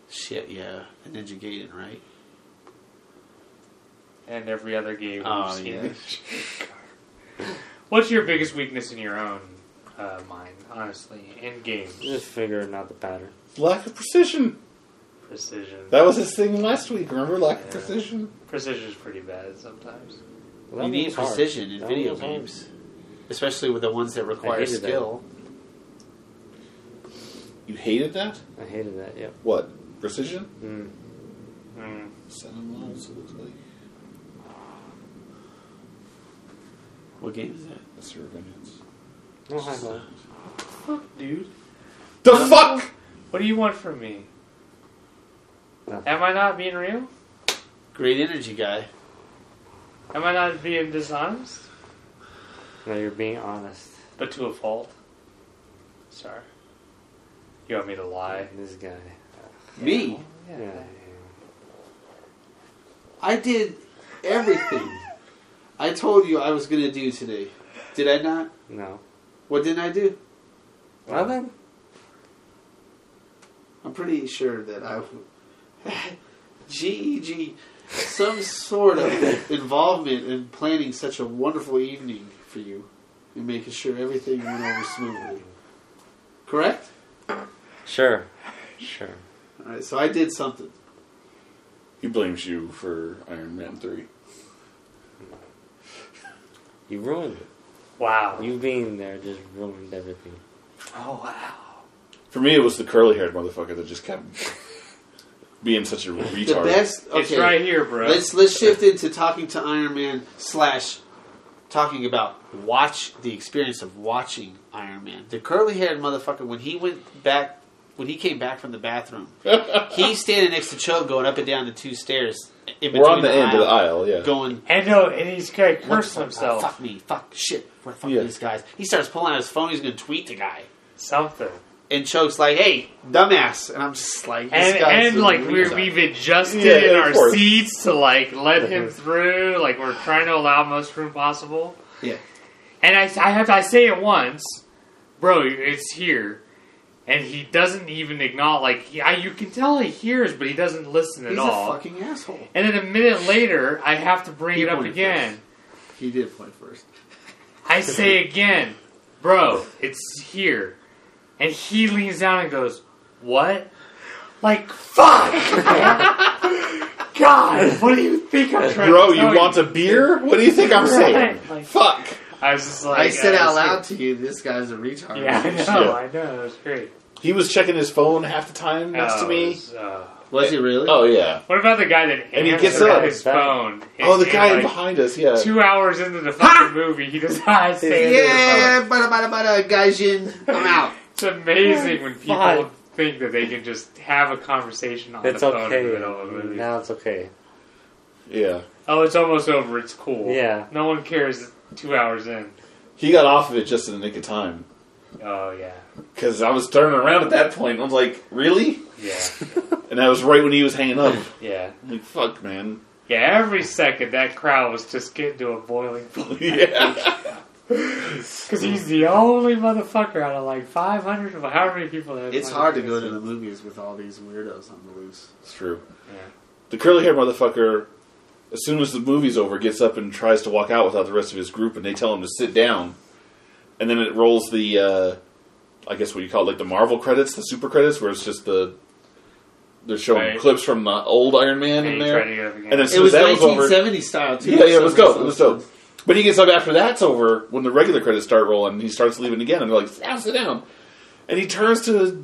[SPEAKER 5] Shit, yeah, Ninja Gaiden, right?
[SPEAKER 3] And every other game
[SPEAKER 5] Oh,
[SPEAKER 3] we've seen.
[SPEAKER 5] yeah.
[SPEAKER 3] [LAUGHS] What's your biggest weakness in your own uh, mind, honestly, in games?
[SPEAKER 2] Just figuring out the pattern.
[SPEAKER 1] Lack of precision.
[SPEAKER 3] Precision.
[SPEAKER 1] That was his thing last week. Remember, lack
[SPEAKER 3] Yeah.
[SPEAKER 1] of precision.
[SPEAKER 3] Precision is pretty bad sometimes.
[SPEAKER 2] Well, that
[SPEAKER 5] you need
[SPEAKER 2] one's hard.
[SPEAKER 5] precision in
[SPEAKER 2] That
[SPEAKER 5] video
[SPEAKER 2] one's hard.
[SPEAKER 5] games, especially with the ones that require
[SPEAKER 2] hated that.
[SPEAKER 5] skill.
[SPEAKER 1] You hated that.
[SPEAKER 2] I hated that. Yep.
[SPEAKER 1] What precision?
[SPEAKER 2] Mm.
[SPEAKER 3] Mm.
[SPEAKER 1] Seven miles. It looks like.
[SPEAKER 5] What game is that?
[SPEAKER 1] That's your opinions.
[SPEAKER 5] Oh,
[SPEAKER 2] No high five.
[SPEAKER 3] Fuck, dude.
[SPEAKER 1] The fuck.
[SPEAKER 3] What do you want from me?
[SPEAKER 2] Nothing.
[SPEAKER 3] Am I not being real?
[SPEAKER 5] Great energy guy.
[SPEAKER 3] Am I not being dishonest?
[SPEAKER 2] No, you're being honest.
[SPEAKER 3] But to a fault. Sorry. You want me to lie?
[SPEAKER 2] This guy.
[SPEAKER 5] Me,
[SPEAKER 2] Yeah.
[SPEAKER 4] I did everything. I told you I was going to do today. Did I not?
[SPEAKER 2] No.
[SPEAKER 4] What didn't I do?
[SPEAKER 2] Nothing.
[SPEAKER 4] I'm pretty sure that I. [LAUGHS] GEG. Some sort of involvement in planning such a wonderful evening for you and making sure everything went over smoothly. Correct?
[SPEAKER 2] Sure. Sure.
[SPEAKER 4] Alright, so I did something.
[SPEAKER 1] He blames you for Iron Man three.
[SPEAKER 2] You ruined it.
[SPEAKER 3] Wow.
[SPEAKER 2] You being there just ruined everything.
[SPEAKER 3] oh, wow.
[SPEAKER 1] For me, it was the curly haired motherfucker that just kept being such a
[SPEAKER 4] The
[SPEAKER 1] retard.
[SPEAKER 4] best. Okay,
[SPEAKER 3] It's right here, bro.
[SPEAKER 4] Let's let's shift into talking to Iron Man slash
[SPEAKER 5] talking about watch the experience of watching Iron Man. The curly haired motherfucker when he went back when he came back from the
[SPEAKER 1] [LAUGHS]
[SPEAKER 5] bathroom, he's standing next to Cho going up and down the two stairs. In
[SPEAKER 1] We're on
[SPEAKER 5] between
[SPEAKER 1] the end of the
[SPEAKER 5] aisle,
[SPEAKER 1] aisle. Yeah.
[SPEAKER 5] Going
[SPEAKER 3] and no, and he's gonna
[SPEAKER 5] what the
[SPEAKER 3] curse
[SPEAKER 5] fuck?
[SPEAKER 3] himself.
[SPEAKER 5] Oh, fuck me, fuck shit. We're fucking
[SPEAKER 1] Yeah.
[SPEAKER 5] these guys. He starts pulling out his phone. He's gonna tweet the guy.
[SPEAKER 3] Something.
[SPEAKER 5] And Choke's like, "Hey, dumbass," and I'm just like, this
[SPEAKER 3] And,
[SPEAKER 5] guy's
[SPEAKER 3] and
[SPEAKER 5] a
[SPEAKER 3] like we're,
[SPEAKER 5] retard.
[SPEAKER 3] we've adjusted
[SPEAKER 1] Yeah,
[SPEAKER 3] in
[SPEAKER 1] of
[SPEAKER 3] our
[SPEAKER 1] course.
[SPEAKER 3] seats to like let him through. Like we're trying to allow most room possible.
[SPEAKER 4] Yeah.
[SPEAKER 3] And I, I have I say it once, bro. It's here, and he doesn't even acknowledge. Like he, I, you can tell he hears, but he doesn't listen at
[SPEAKER 4] He's
[SPEAKER 3] all.
[SPEAKER 4] a fucking asshole.
[SPEAKER 3] and then a minute later, I have to bring
[SPEAKER 4] He
[SPEAKER 3] it up
[SPEAKER 4] pointed
[SPEAKER 3] again.
[SPEAKER 4] He did point first.
[SPEAKER 3] I say again, bro, it's here. And he leans down and goes, What? Like, fuck! [LAUGHS] God, what do you think I'm trying
[SPEAKER 1] Bro,
[SPEAKER 3] to
[SPEAKER 1] you
[SPEAKER 3] tell
[SPEAKER 1] want a beer? What do you think I'm saying? [LAUGHS]
[SPEAKER 3] Right, like-
[SPEAKER 1] Fuck.
[SPEAKER 3] I was just like,
[SPEAKER 4] I said
[SPEAKER 3] uh,
[SPEAKER 4] out loud to you, this guy's a retard.
[SPEAKER 3] Yeah, I know,
[SPEAKER 1] Yeah.
[SPEAKER 3] I know, that was great.
[SPEAKER 1] He was checking his phone half the time next
[SPEAKER 3] Uh,
[SPEAKER 1] to me.
[SPEAKER 3] was, uh,
[SPEAKER 4] Was he really?
[SPEAKER 1] Oh yeah.
[SPEAKER 3] what about the guy that
[SPEAKER 1] And he
[SPEAKER 3] answered
[SPEAKER 1] gets up.
[SPEAKER 3] his phone?
[SPEAKER 1] Oh, the
[SPEAKER 3] And,
[SPEAKER 1] guy
[SPEAKER 3] like,
[SPEAKER 1] behind us. Yeah.
[SPEAKER 3] two hours into the fucking movie, he does not say anything.
[SPEAKER 4] Yeah, bada bada bada, Gaijin, I'm out.
[SPEAKER 3] It's amazing when people
[SPEAKER 2] Fuck.
[SPEAKER 3] think that they can just have a conversation on
[SPEAKER 2] It's
[SPEAKER 3] the phone in the
[SPEAKER 2] okay.
[SPEAKER 3] middle of a movie.
[SPEAKER 2] Now it's okay.
[SPEAKER 1] Yeah.
[SPEAKER 3] Oh, it's almost over. It's cool.
[SPEAKER 2] Yeah.
[SPEAKER 3] No one cares. Two hours in.
[SPEAKER 1] He got off of it just in the nick of time
[SPEAKER 3] Oh yeah.
[SPEAKER 1] because I was turning around at that point. I'm like, really?
[SPEAKER 3] Yeah.
[SPEAKER 1] And that was right when he was hanging up.
[SPEAKER 3] yeah.
[SPEAKER 1] I'm like, fuck, man. [LAUGHS]
[SPEAKER 3] Yeah. Every second that crowd was just getting to a boiling
[SPEAKER 1] yeah.
[SPEAKER 3] because he's the only motherfucker out of like 500 or however many people. That
[SPEAKER 4] It's hard to go to the movies with all these weirdos on the loose.
[SPEAKER 1] It's true.
[SPEAKER 3] Yeah.
[SPEAKER 1] The curly haired motherfucker, as soon as the movie's over, gets up and tries to walk out without the rest of his group, and they tell him to sit down. And then it rolls the, uh, I guess what you call it, like the Marvel credits, the super credits, where it's just the. They're showing
[SPEAKER 3] Right.
[SPEAKER 1] clips from the old Iron Man
[SPEAKER 3] And,
[SPEAKER 1] in
[SPEAKER 3] he
[SPEAKER 1] there.
[SPEAKER 3] tried to get up again.
[SPEAKER 1] And as
[SPEAKER 4] It
[SPEAKER 1] soon as
[SPEAKER 4] was
[SPEAKER 1] that was over,
[SPEAKER 4] 1970 style too.
[SPEAKER 1] Yeah, yeah, it was
[SPEAKER 4] So-
[SPEAKER 1] dope. It was dope. But he gets up after that's over when the regular credits start rolling. and He starts leaving again, and they're like, "Now sit down." And he turns to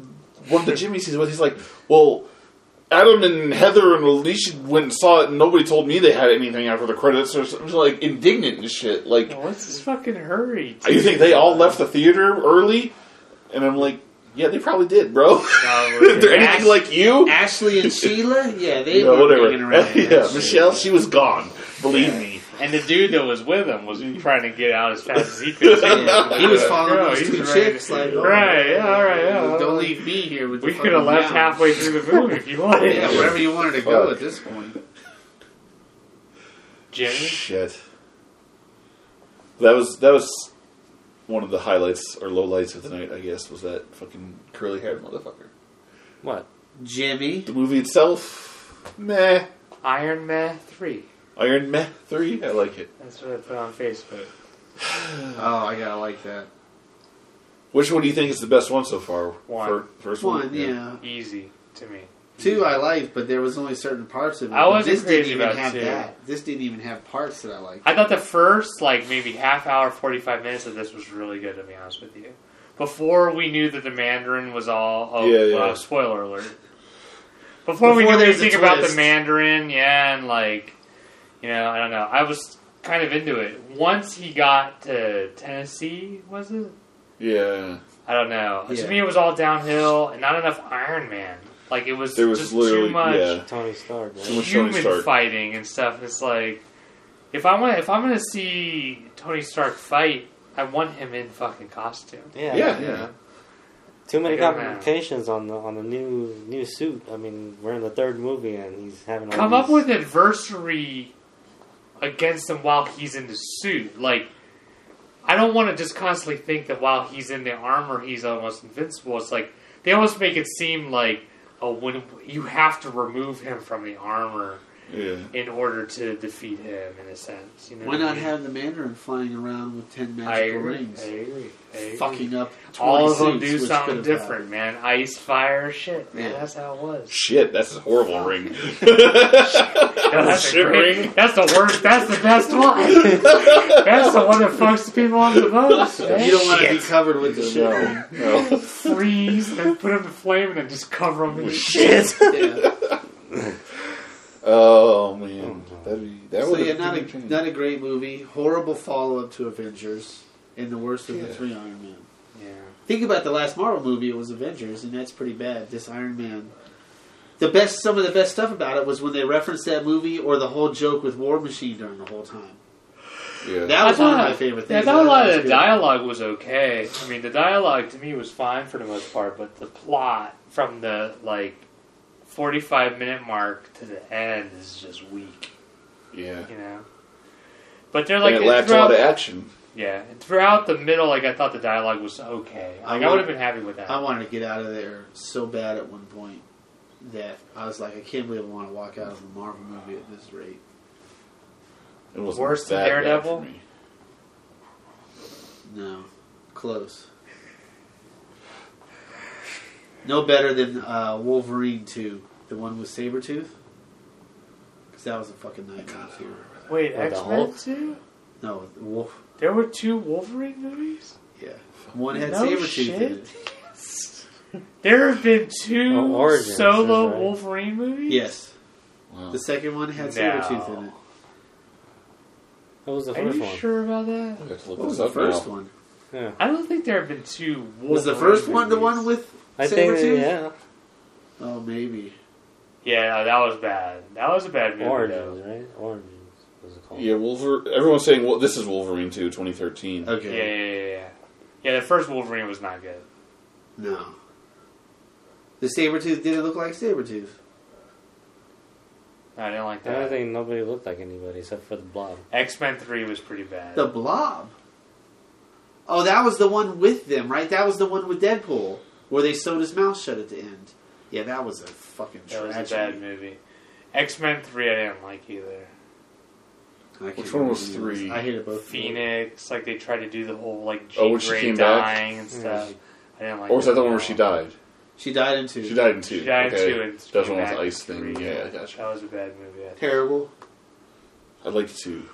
[SPEAKER 1] one of the Jimmys he's with, he's like, well, Adam and Heather and Alicia went and saw it, and nobody told me they had anything after the credits. Or something. It was like indignant and shit. Like,
[SPEAKER 3] What's this fucking hurry?
[SPEAKER 1] you think they all left the theater early? And I'm like, yeah, they probably did, bro. [LAUGHS]
[SPEAKER 3] Probably.
[SPEAKER 4] [LAUGHS]
[SPEAKER 1] If they're
[SPEAKER 4] Ash-
[SPEAKER 1] anything like you,
[SPEAKER 4] Ashley and Sheila, yeah, they
[SPEAKER 1] no,
[SPEAKER 4] were
[SPEAKER 1] whatever.
[SPEAKER 4] hanging [LAUGHS]
[SPEAKER 1] [LAUGHS]
[SPEAKER 4] around.
[SPEAKER 1] yeah, Michelle, she was gone. Believe
[SPEAKER 3] Yeah.
[SPEAKER 1] me.
[SPEAKER 3] And the dude that was with him was trying to get out as fast as he could.
[SPEAKER 4] Yeah, [LAUGHS] he was following
[SPEAKER 3] Girl,
[SPEAKER 4] those
[SPEAKER 3] he's
[SPEAKER 4] two
[SPEAKER 3] ready.
[SPEAKER 4] chicks. Like, oh,
[SPEAKER 3] Right, yeah, all right, yeah.
[SPEAKER 4] Don't leave me here with.
[SPEAKER 3] We
[SPEAKER 4] the
[SPEAKER 3] could have
[SPEAKER 4] fucking
[SPEAKER 3] left
[SPEAKER 4] hounds.
[SPEAKER 3] halfway through the movie if you wanted.
[SPEAKER 4] Yeah, wherever you wanted to go
[SPEAKER 1] Fuck.
[SPEAKER 4] at this point.
[SPEAKER 3] Jimmy?
[SPEAKER 1] Shit. That was that was one of the highlights or lowlights of the night, I guess, was that fucking curly haired motherfucker.
[SPEAKER 2] What?
[SPEAKER 4] Jimmy,
[SPEAKER 1] The movie itself, meh.
[SPEAKER 3] Iron Man 3.
[SPEAKER 1] Iron Meh three, I like it.
[SPEAKER 3] That's what I put on Facebook.
[SPEAKER 4] oh, I gotta like that.
[SPEAKER 1] Which one do you think is the best one so far?
[SPEAKER 3] One.
[SPEAKER 1] Fir- First one,
[SPEAKER 4] One, yeah.
[SPEAKER 3] Easy to me.
[SPEAKER 4] Two I liked, but there was only certain parts of it.
[SPEAKER 3] I
[SPEAKER 4] But
[SPEAKER 3] wasn't
[SPEAKER 4] this
[SPEAKER 3] crazy
[SPEAKER 4] didn't even
[SPEAKER 3] about
[SPEAKER 4] have
[SPEAKER 3] two.
[SPEAKER 4] that. This didn't even have parts that I liked.
[SPEAKER 3] I thought the first, like, maybe half hour, 45 minutes of this was really good, to be honest with you. Before we knew that the Mandarin was all. Oh,
[SPEAKER 1] Yeah, yeah.
[SPEAKER 3] well, spoiler alert. Before, we
[SPEAKER 4] Before
[SPEAKER 3] knew
[SPEAKER 4] there's a
[SPEAKER 3] anything about the
[SPEAKER 4] twist.
[SPEAKER 3] Mandarin, yeah, and, like, you know, I don't know. I was kind of into it. Once he got to Tennessee, was it?
[SPEAKER 1] Yeah,
[SPEAKER 3] I don't know.
[SPEAKER 4] Yeah.
[SPEAKER 3] To me, it was all downhill and not enough Iron Man. Like it was,
[SPEAKER 1] there was
[SPEAKER 3] just
[SPEAKER 1] literally
[SPEAKER 3] too much
[SPEAKER 1] yeah.
[SPEAKER 2] Tony Stark. Right?
[SPEAKER 1] Too much Tony
[SPEAKER 3] human
[SPEAKER 1] Stark.
[SPEAKER 3] fighting and stuff. It's like if I want, if I'm gonna see Tony Stark fight, I want him in fucking costume.
[SPEAKER 2] Yeah,
[SPEAKER 1] Yeah,
[SPEAKER 2] you
[SPEAKER 1] yeah.
[SPEAKER 2] know. Too many
[SPEAKER 3] Yeah.
[SPEAKER 2] complications on the on the new new suit. I mean, we're in the third movie and he's having all
[SPEAKER 3] Come up
[SPEAKER 2] these-
[SPEAKER 3] with adversary against him while he's in the suit. Like I don't want to just constantly think that while he's in the armor, he's almost invincible. It's like they almost make it seem like oh, when you have to remove him from the armor.
[SPEAKER 1] yeah.
[SPEAKER 3] in order to defeat him in a sense. You know
[SPEAKER 4] Why
[SPEAKER 3] what I
[SPEAKER 4] not
[SPEAKER 3] mean?
[SPEAKER 4] have the Mandarin flying around with ten
[SPEAKER 3] I
[SPEAKER 4] magical
[SPEAKER 3] agree.
[SPEAKER 4] rings,
[SPEAKER 3] I agree. I agree.
[SPEAKER 4] fucking up 20
[SPEAKER 3] all of them
[SPEAKER 4] suits,
[SPEAKER 3] do
[SPEAKER 4] which
[SPEAKER 3] something
[SPEAKER 4] could have
[SPEAKER 3] different, man. Ice, fire, shit, man.
[SPEAKER 4] Yeah.
[SPEAKER 3] That's how it [LAUGHS] was.
[SPEAKER 1] Shit, that's a
[SPEAKER 4] [LAUGHS]
[SPEAKER 1] horrible ring.
[SPEAKER 3] No, that's, a
[SPEAKER 1] Shivering.
[SPEAKER 3] great, [LAUGHS] that's the worst. That's the best one. [LAUGHS] that's the one that fucks the people on the most.
[SPEAKER 4] happened.
[SPEAKER 3] Man.
[SPEAKER 4] You don't want to be
[SPEAKER 3] Shit.
[SPEAKER 4] covered with the shit.
[SPEAKER 1] no, no.
[SPEAKER 3] freeze and then put them in flame and then just cover them in shit.
[SPEAKER 2] shit.
[SPEAKER 4] Yeah.
[SPEAKER 1] Oh man, that'd be that
[SPEAKER 4] so
[SPEAKER 1] would.
[SPEAKER 4] yeah, not a not a great movie. Horrible follow up to Avengers, and the worst of the
[SPEAKER 1] Yeah.
[SPEAKER 4] three Iron Man.
[SPEAKER 3] Yeah.
[SPEAKER 4] Think about the last Marvel movie; it was Avengers, and that's pretty bad. This Iron Man. The best, some of the best stuff about it was when they referenced that movie or the whole joke with War Machine during the whole time.
[SPEAKER 1] yeah.
[SPEAKER 4] That was
[SPEAKER 3] I
[SPEAKER 4] one of
[SPEAKER 3] thought-
[SPEAKER 4] my favorite
[SPEAKER 3] Yeah, I
[SPEAKER 4] things.
[SPEAKER 3] thought a lot
[SPEAKER 4] That
[SPEAKER 3] of
[SPEAKER 4] was
[SPEAKER 3] the
[SPEAKER 4] good.
[SPEAKER 3] dialogue was okay. I mean, the dialogue to me was fine for the most part, but the plot from the like forty-five minute mark to the end is just weak.
[SPEAKER 1] yeah.
[SPEAKER 3] You know, but they're like
[SPEAKER 1] and it lacked a
[SPEAKER 3] throughout,
[SPEAKER 1] lot of action.
[SPEAKER 3] yeah, and throughout the middle. Like I thought the dialogue was okay.
[SPEAKER 4] I
[SPEAKER 3] Like I,
[SPEAKER 4] want-
[SPEAKER 3] would have been happy with that.
[SPEAKER 4] I wanted to get out of there so bad at one point that I was like, I can't believe I want to walk out of a Marvel movie at this rate.
[SPEAKER 1] It was
[SPEAKER 3] Worse than Daredevil?
[SPEAKER 4] No, close. No better than uh, Wolverine 2, the one with Sabretooth. Because that was a fucking nightmare, too.
[SPEAKER 3] Wait,
[SPEAKER 2] What, the
[SPEAKER 3] X Men
[SPEAKER 2] Hulk?
[SPEAKER 3] two?
[SPEAKER 4] No, the Wolf.
[SPEAKER 3] There were two Wolverine movies.
[SPEAKER 4] Yeah. One had
[SPEAKER 3] No
[SPEAKER 4] Sabretooth in
[SPEAKER 3] shit.
[SPEAKER 4] it.
[SPEAKER 3] [LAUGHS] There have been two
[SPEAKER 2] Oh, Origins, that's
[SPEAKER 3] solo
[SPEAKER 2] right.
[SPEAKER 3] Wolverine movies.
[SPEAKER 4] Yes.
[SPEAKER 1] Wow.
[SPEAKER 4] The second one had
[SPEAKER 3] No.
[SPEAKER 4] Sabretooth in it.
[SPEAKER 2] What was the
[SPEAKER 3] Are
[SPEAKER 2] first
[SPEAKER 3] you
[SPEAKER 2] one?
[SPEAKER 3] sure about that?
[SPEAKER 1] I have to look
[SPEAKER 4] What
[SPEAKER 1] this
[SPEAKER 4] was the
[SPEAKER 1] up
[SPEAKER 4] first
[SPEAKER 1] now.
[SPEAKER 4] one?
[SPEAKER 2] Yeah.
[SPEAKER 3] I don't think there have been two. Wolverine
[SPEAKER 4] Was the first one the
[SPEAKER 3] movies.
[SPEAKER 4] one with
[SPEAKER 2] I think
[SPEAKER 4] Sabretooth?
[SPEAKER 2] yeah.
[SPEAKER 4] Oh, maybe.
[SPEAKER 3] Yeah, no, that was bad. That was a bad movie.
[SPEAKER 2] Origins,
[SPEAKER 3] though.
[SPEAKER 2] right? Origins was it called?
[SPEAKER 1] Yeah, Wolver. Everyone's saying well, this is Wolverine 2, 2013.
[SPEAKER 3] Yeah,
[SPEAKER 4] Okay.
[SPEAKER 3] yeah, yeah, yeah. Yeah, the first Wolverine was not good.
[SPEAKER 4] No. The Sabretooth didn't look like Sabretooth.
[SPEAKER 3] No, I didn't like
[SPEAKER 2] I don't
[SPEAKER 3] that.
[SPEAKER 2] think nobody looked like anybody except for the blob.
[SPEAKER 3] X Men Three was pretty bad.
[SPEAKER 4] The Blob. Oh, that was the one with them, right? That was the one with Deadpool, where they sewed his mouth shut at the end. Yeah, that was a fucking
[SPEAKER 3] that was
[SPEAKER 4] tragedy.
[SPEAKER 3] a bad movie. X Men Three, I didn't like either.
[SPEAKER 4] I can't
[SPEAKER 1] Which one was
[SPEAKER 4] remember the names.
[SPEAKER 1] three?
[SPEAKER 4] I hated
[SPEAKER 2] Mm.
[SPEAKER 4] both. of them.
[SPEAKER 3] Phoenix, like they tried to do the whole like
[SPEAKER 1] Oh,
[SPEAKER 3] Jean
[SPEAKER 1] when she
[SPEAKER 3] Grey
[SPEAKER 1] came back?
[SPEAKER 3] dying and stuff. I didn't like.
[SPEAKER 1] Or was that the
[SPEAKER 3] at
[SPEAKER 1] one where
[SPEAKER 3] all.
[SPEAKER 1] she died?
[SPEAKER 4] She died in two.
[SPEAKER 1] She died in two.
[SPEAKER 3] She died
[SPEAKER 1] okay.
[SPEAKER 3] too, and
[SPEAKER 1] That's
[SPEAKER 3] she
[SPEAKER 1] the
[SPEAKER 3] came
[SPEAKER 1] one with
[SPEAKER 3] back
[SPEAKER 1] the
[SPEAKER 3] in
[SPEAKER 1] ice thing.
[SPEAKER 3] three. Oh.
[SPEAKER 1] Yeah, I gotcha.
[SPEAKER 3] That was a bad movie. I think.
[SPEAKER 4] Terrible.
[SPEAKER 1] I liked two.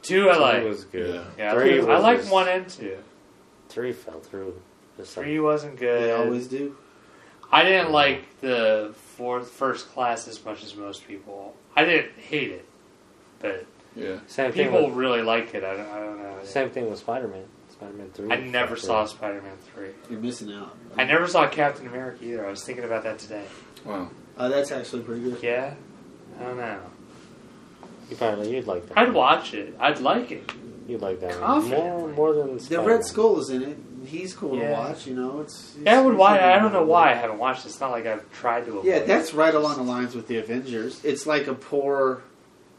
[SPEAKER 3] Two, I
[SPEAKER 2] Three
[SPEAKER 3] like.
[SPEAKER 2] was good.
[SPEAKER 1] Yeah.
[SPEAKER 3] Yeah,
[SPEAKER 2] Three
[SPEAKER 3] three, I
[SPEAKER 2] was
[SPEAKER 3] like
[SPEAKER 2] just-
[SPEAKER 3] one and two.
[SPEAKER 2] Three fell through. Just like-
[SPEAKER 3] Three wasn't good.
[SPEAKER 4] They always do.
[SPEAKER 3] I didn't like the fourth first class as much as most people. I didn't hate it, but
[SPEAKER 1] Yeah.
[SPEAKER 2] Same thing.
[SPEAKER 3] people
[SPEAKER 2] With,
[SPEAKER 3] really like it. I don't, I don't know.
[SPEAKER 2] same thing with Spider Man. Spider Man Three.
[SPEAKER 3] I never saw Spider-Man three.
[SPEAKER 4] You're missing out.
[SPEAKER 3] I never saw Captain America either. I was thinking about that today.
[SPEAKER 1] Wow.
[SPEAKER 4] Uh, that's actually pretty good.
[SPEAKER 3] Yeah, I don't know.
[SPEAKER 2] You probably you'd like that.
[SPEAKER 3] I'd
[SPEAKER 2] one.
[SPEAKER 3] watch it. I'd like it.
[SPEAKER 2] You'd like that one.
[SPEAKER 3] Confidently.
[SPEAKER 2] more more than
[SPEAKER 4] The
[SPEAKER 2] Spider-Man.
[SPEAKER 4] Red Skull is in it. and He's cool to
[SPEAKER 3] Yeah.
[SPEAKER 4] watch. You know, it's. it's
[SPEAKER 3] Yeah, I would. Why?
[SPEAKER 4] it's-
[SPEAKER 3] I don't know why I haven't watched it. It's not like I've tried to. Avoid
[SPEAKER 4] Yeah,
[SPEAKER 3] it.
[SPEAKER 4] that's right along the lines with the Avengers. It's like a poor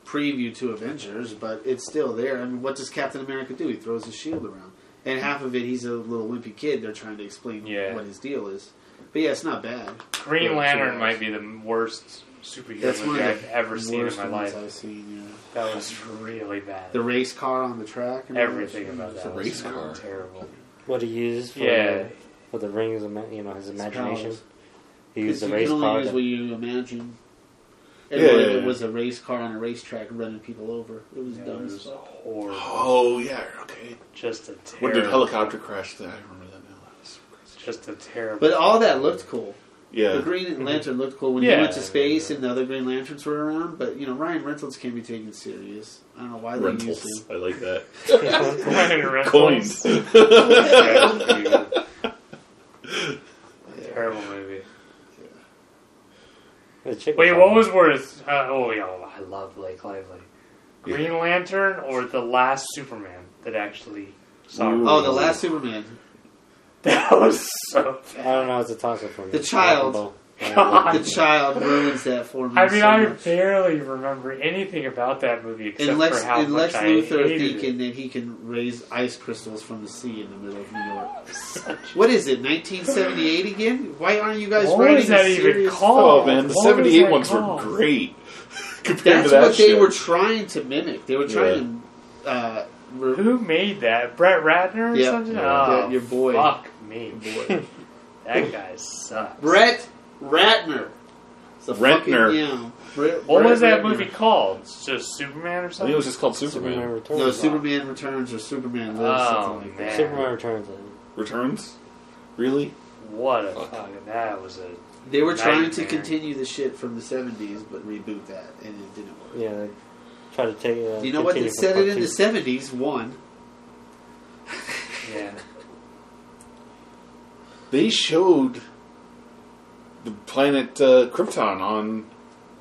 [SPEAKER 4] preview to Avengers, but it's still there. I mean, what does Captain America do? He throws his shield around, and half of it he's a little wimpy kid. They're trying to explain
[SPEAKER 3] Yeah.
[SPEAKER 4] what his deal is. But yeah, it's not bad.
[SPEAKER 3] Green
[SPEAKER 4] Yeah,
[SPEAKER 3] Lantern
[SPEAKER 4] two
[SPEAKER 3] might be the worst superhero
[SPEAKER 4] That's one
[SPEAKER 3] movie
[SPEAKER 4] of the
[SPEAKER 3] I've ever seen in
[SPEAKER 4] Worst
[SPEAKER 3] my
[SPEAKER 4] ones
[SPEAKER 3] life.
[SPEAKER 4] I've seen. Yeah.
[SPEAKER 3] That was really bad.
[SPEAKER 4] The race car on the track. and all
[SPEAKER 3] Everything
[SPEAKER 4] that
[SPEAKER 3] about
[SPEAKER 4] shit.
[SPEAKER 3] that was
[SPEAKER 1] race car.
[SPEAKER 3] terrible.
[SPEAKER 2] What he used for
[SPEAKER 3] Yeah.
[SPEAKER 2] the, for the rings, ima- you know, his imagination.
[SPEAKER 4] powers.
[SPEAKER 2] He used the
[SPEAKER 4] you
[SPEAKER 2] race
[SPEAKER 4] can only
[SPEAKER 2] car.
[SPEAKER 4] use
[SPEAKER 2] to-
[SPEAKER 4] what you imagine.
[SPEAKER 1] Yeah,
[SPEAKER 4] And what
[SPEAKER 1] yeah,
[SPEAKER 4] if
[SPEAKER 1] yeah.
[SPEAKER 4] it was a race car on a racetrack running people over. It was
[SPEAKER 3] Yeah, it
[SPEAKER 4] dumb as
[SPEAKER 3] was
[SPEAKER 4] fuck.
[SPEAKER 3] horrible.
[SPEAKER 1] Oh yeah. Okay.
[SPEAKER 3] Just a
[SPEAKER 1] When the
[SPEAKER 3] terrible.
[SPEAKER 1] helicopter crashed, I remember that now. That was crazy.
[SPEAKER 3] Just a terrible.
[SPEAKER 4] But all that looked cool. The
[SPEAKER 1] Yeah. Mm-hmm.
[SPEAKER 4] Green Lantern looked cool when
[SPEAKER 3] Yeah.
[SPEAKER 4] he went to space and the other Green Lanterns were around. But you know, Ryan Reynolds can't be taken serious. I don't know why they used
[SPEAKER 1] Rentals.
[SPEAKER 4] him.
[SPEAKER 1] I like that.
[SPEAKER 4] uh,
[SPEAKER 3] [LAUGHS]
[SPEAKER 1] [LAUGHS]
[SPEAKER 3] Rentals.
[SPEAKER 1] Coins.
[SPEAKER 3] [LAUGHS] Terrible
[SPEAKER 4] [LAUGHS]
[SPEAKER 3] movie.
[SPEAKER 2] the chicken
[SPEAKER 3] Wait,
[SPEAKER 2] farm.
[SPEAKER 3] what was worse? Uh, oh, yeah, oh, I love Blake Lively. Green Lantern or the last Superman that actually saw?
[SPEAKER 1] Ooh.
[SPEAKER 4] Oh, the last Superman.
[SPEAKER 3] [LAUGHS] That was so
[SPEAKER 2] I don't know. It's a toss up for me.
[SPEAKER 4] The child. [LAUGHS]
[SPEAKER 2] Wrecking Ball.
[SPEAKER 3] God.
[SPEAKER 4] The child ruins that for me.
[SPEAKER 3] I mean,
[SPEAKER 4] so
[SPEAKER 3] I
[SPEAKER 4] much.
[SPEAKER 3] barely remember anything about that movie except
[SPEAKER 4] And Lex,
[SPEAKER 3] for how
[SPEAKER 4] and
[SPEAKER 3] much
[SPEAKER 4] Lex
[SPEAKER 3] I
[SPEAKER 4] Luthor
[SPEAKER 3] hated
[SPEAKER 4] thinking that he can raise ice crystals from the sea in the middle of New York. What is it, 1978 again? Why aren't you
[SPEAKER 3] it.
[SPEAKER 4] guys
[SPEAKER 3] What
[SPEAKER 4] writing
[SPEAKER 3] was that
[SPEAKER 4] a
[SPEAKER 3] even
[SPEAKER 4] serious-
[SPEAKER 1] [LAUGHS] Oh
[SPEAKER 3] called?
[SPEAKER 1] man, the
[SPEAKER 3] What was
[SPEAKER 1] '78
[SPEAKER 3] that
[SPEAKER 1] ones were
[SPEAKER 3] called?
[SPEAKER 1] great compared
[SPEAKER 4] That's
[SPEAKER 1] to that
[SPEAKER 4] what they
[SPEAKER 1] shit.
[SPEAKER 4] were trying to mimic. They were trying to. Uh, re- [LAUGHS]
[SPEAKER 3] Who made that? Brett Ratner or
[SPEAKER 4] Yep.
[SPEAKER 3] something?
[SPEAKER 2] Yeah,
[SPEAKER 3] Oh,
[SPEAKER 4] your boy.
[SPEAKER 3] Fuck me. [LAUGHS] that guy sucks.
[SPEAKER 4] Brett Ratner. It's a fucking-
[SPEAKER 1] Ratner.
[SPEAKER 4] yeah. Brett-
[SPEAKER 3] what
[SPEAKER 4] Brett
[SPEAKER 3] was that
[SPEAKER 4] Ratner.
[SPEAKER 3] movie called? It's Just Superman or
[SPEAKER 1] I think
[SPEAKER 3] something?
[SPEAKER 1] it was just called
[SPEAKER 2] Superman.
[SPEAKER 1] Superman,
[SPEAKER 2] Returns.
[SPEAKER 4] No, Superman Returns or Superman Lives,
[SPEAKER 3] oh
[SPEAKER 4] something like that.
[SPEAKER 3] man,
[SPEAKER 2] Superman Returns.
[SPEAKER 1] Returns. Really?
[SPEAKER 3] what a
[SPEAKER 1] Fuck.
[SPEAKER 3] fucking that was a
[SPEAKER 4] They were trying to
[SPEAKER 3] Nightmare.
[SPEAKER 4] continue the shit from the 70s, but reboot that, and it didn't work.
[SPEAKER 2] Yeah. They try to take. Uh,
[SPEAKER 4] You know what? They
[SPEAKER 2] continue from
[SPEAKER 4] said
[SPEAKER 2] part
[SPEAKER 4] it in
[SPEAKER 2] two.
[SPEAKER 4] the 70s, one.
[SPEAKER 3] yeah.
[SPEAKER 1] They showed the planet uh, Krypton on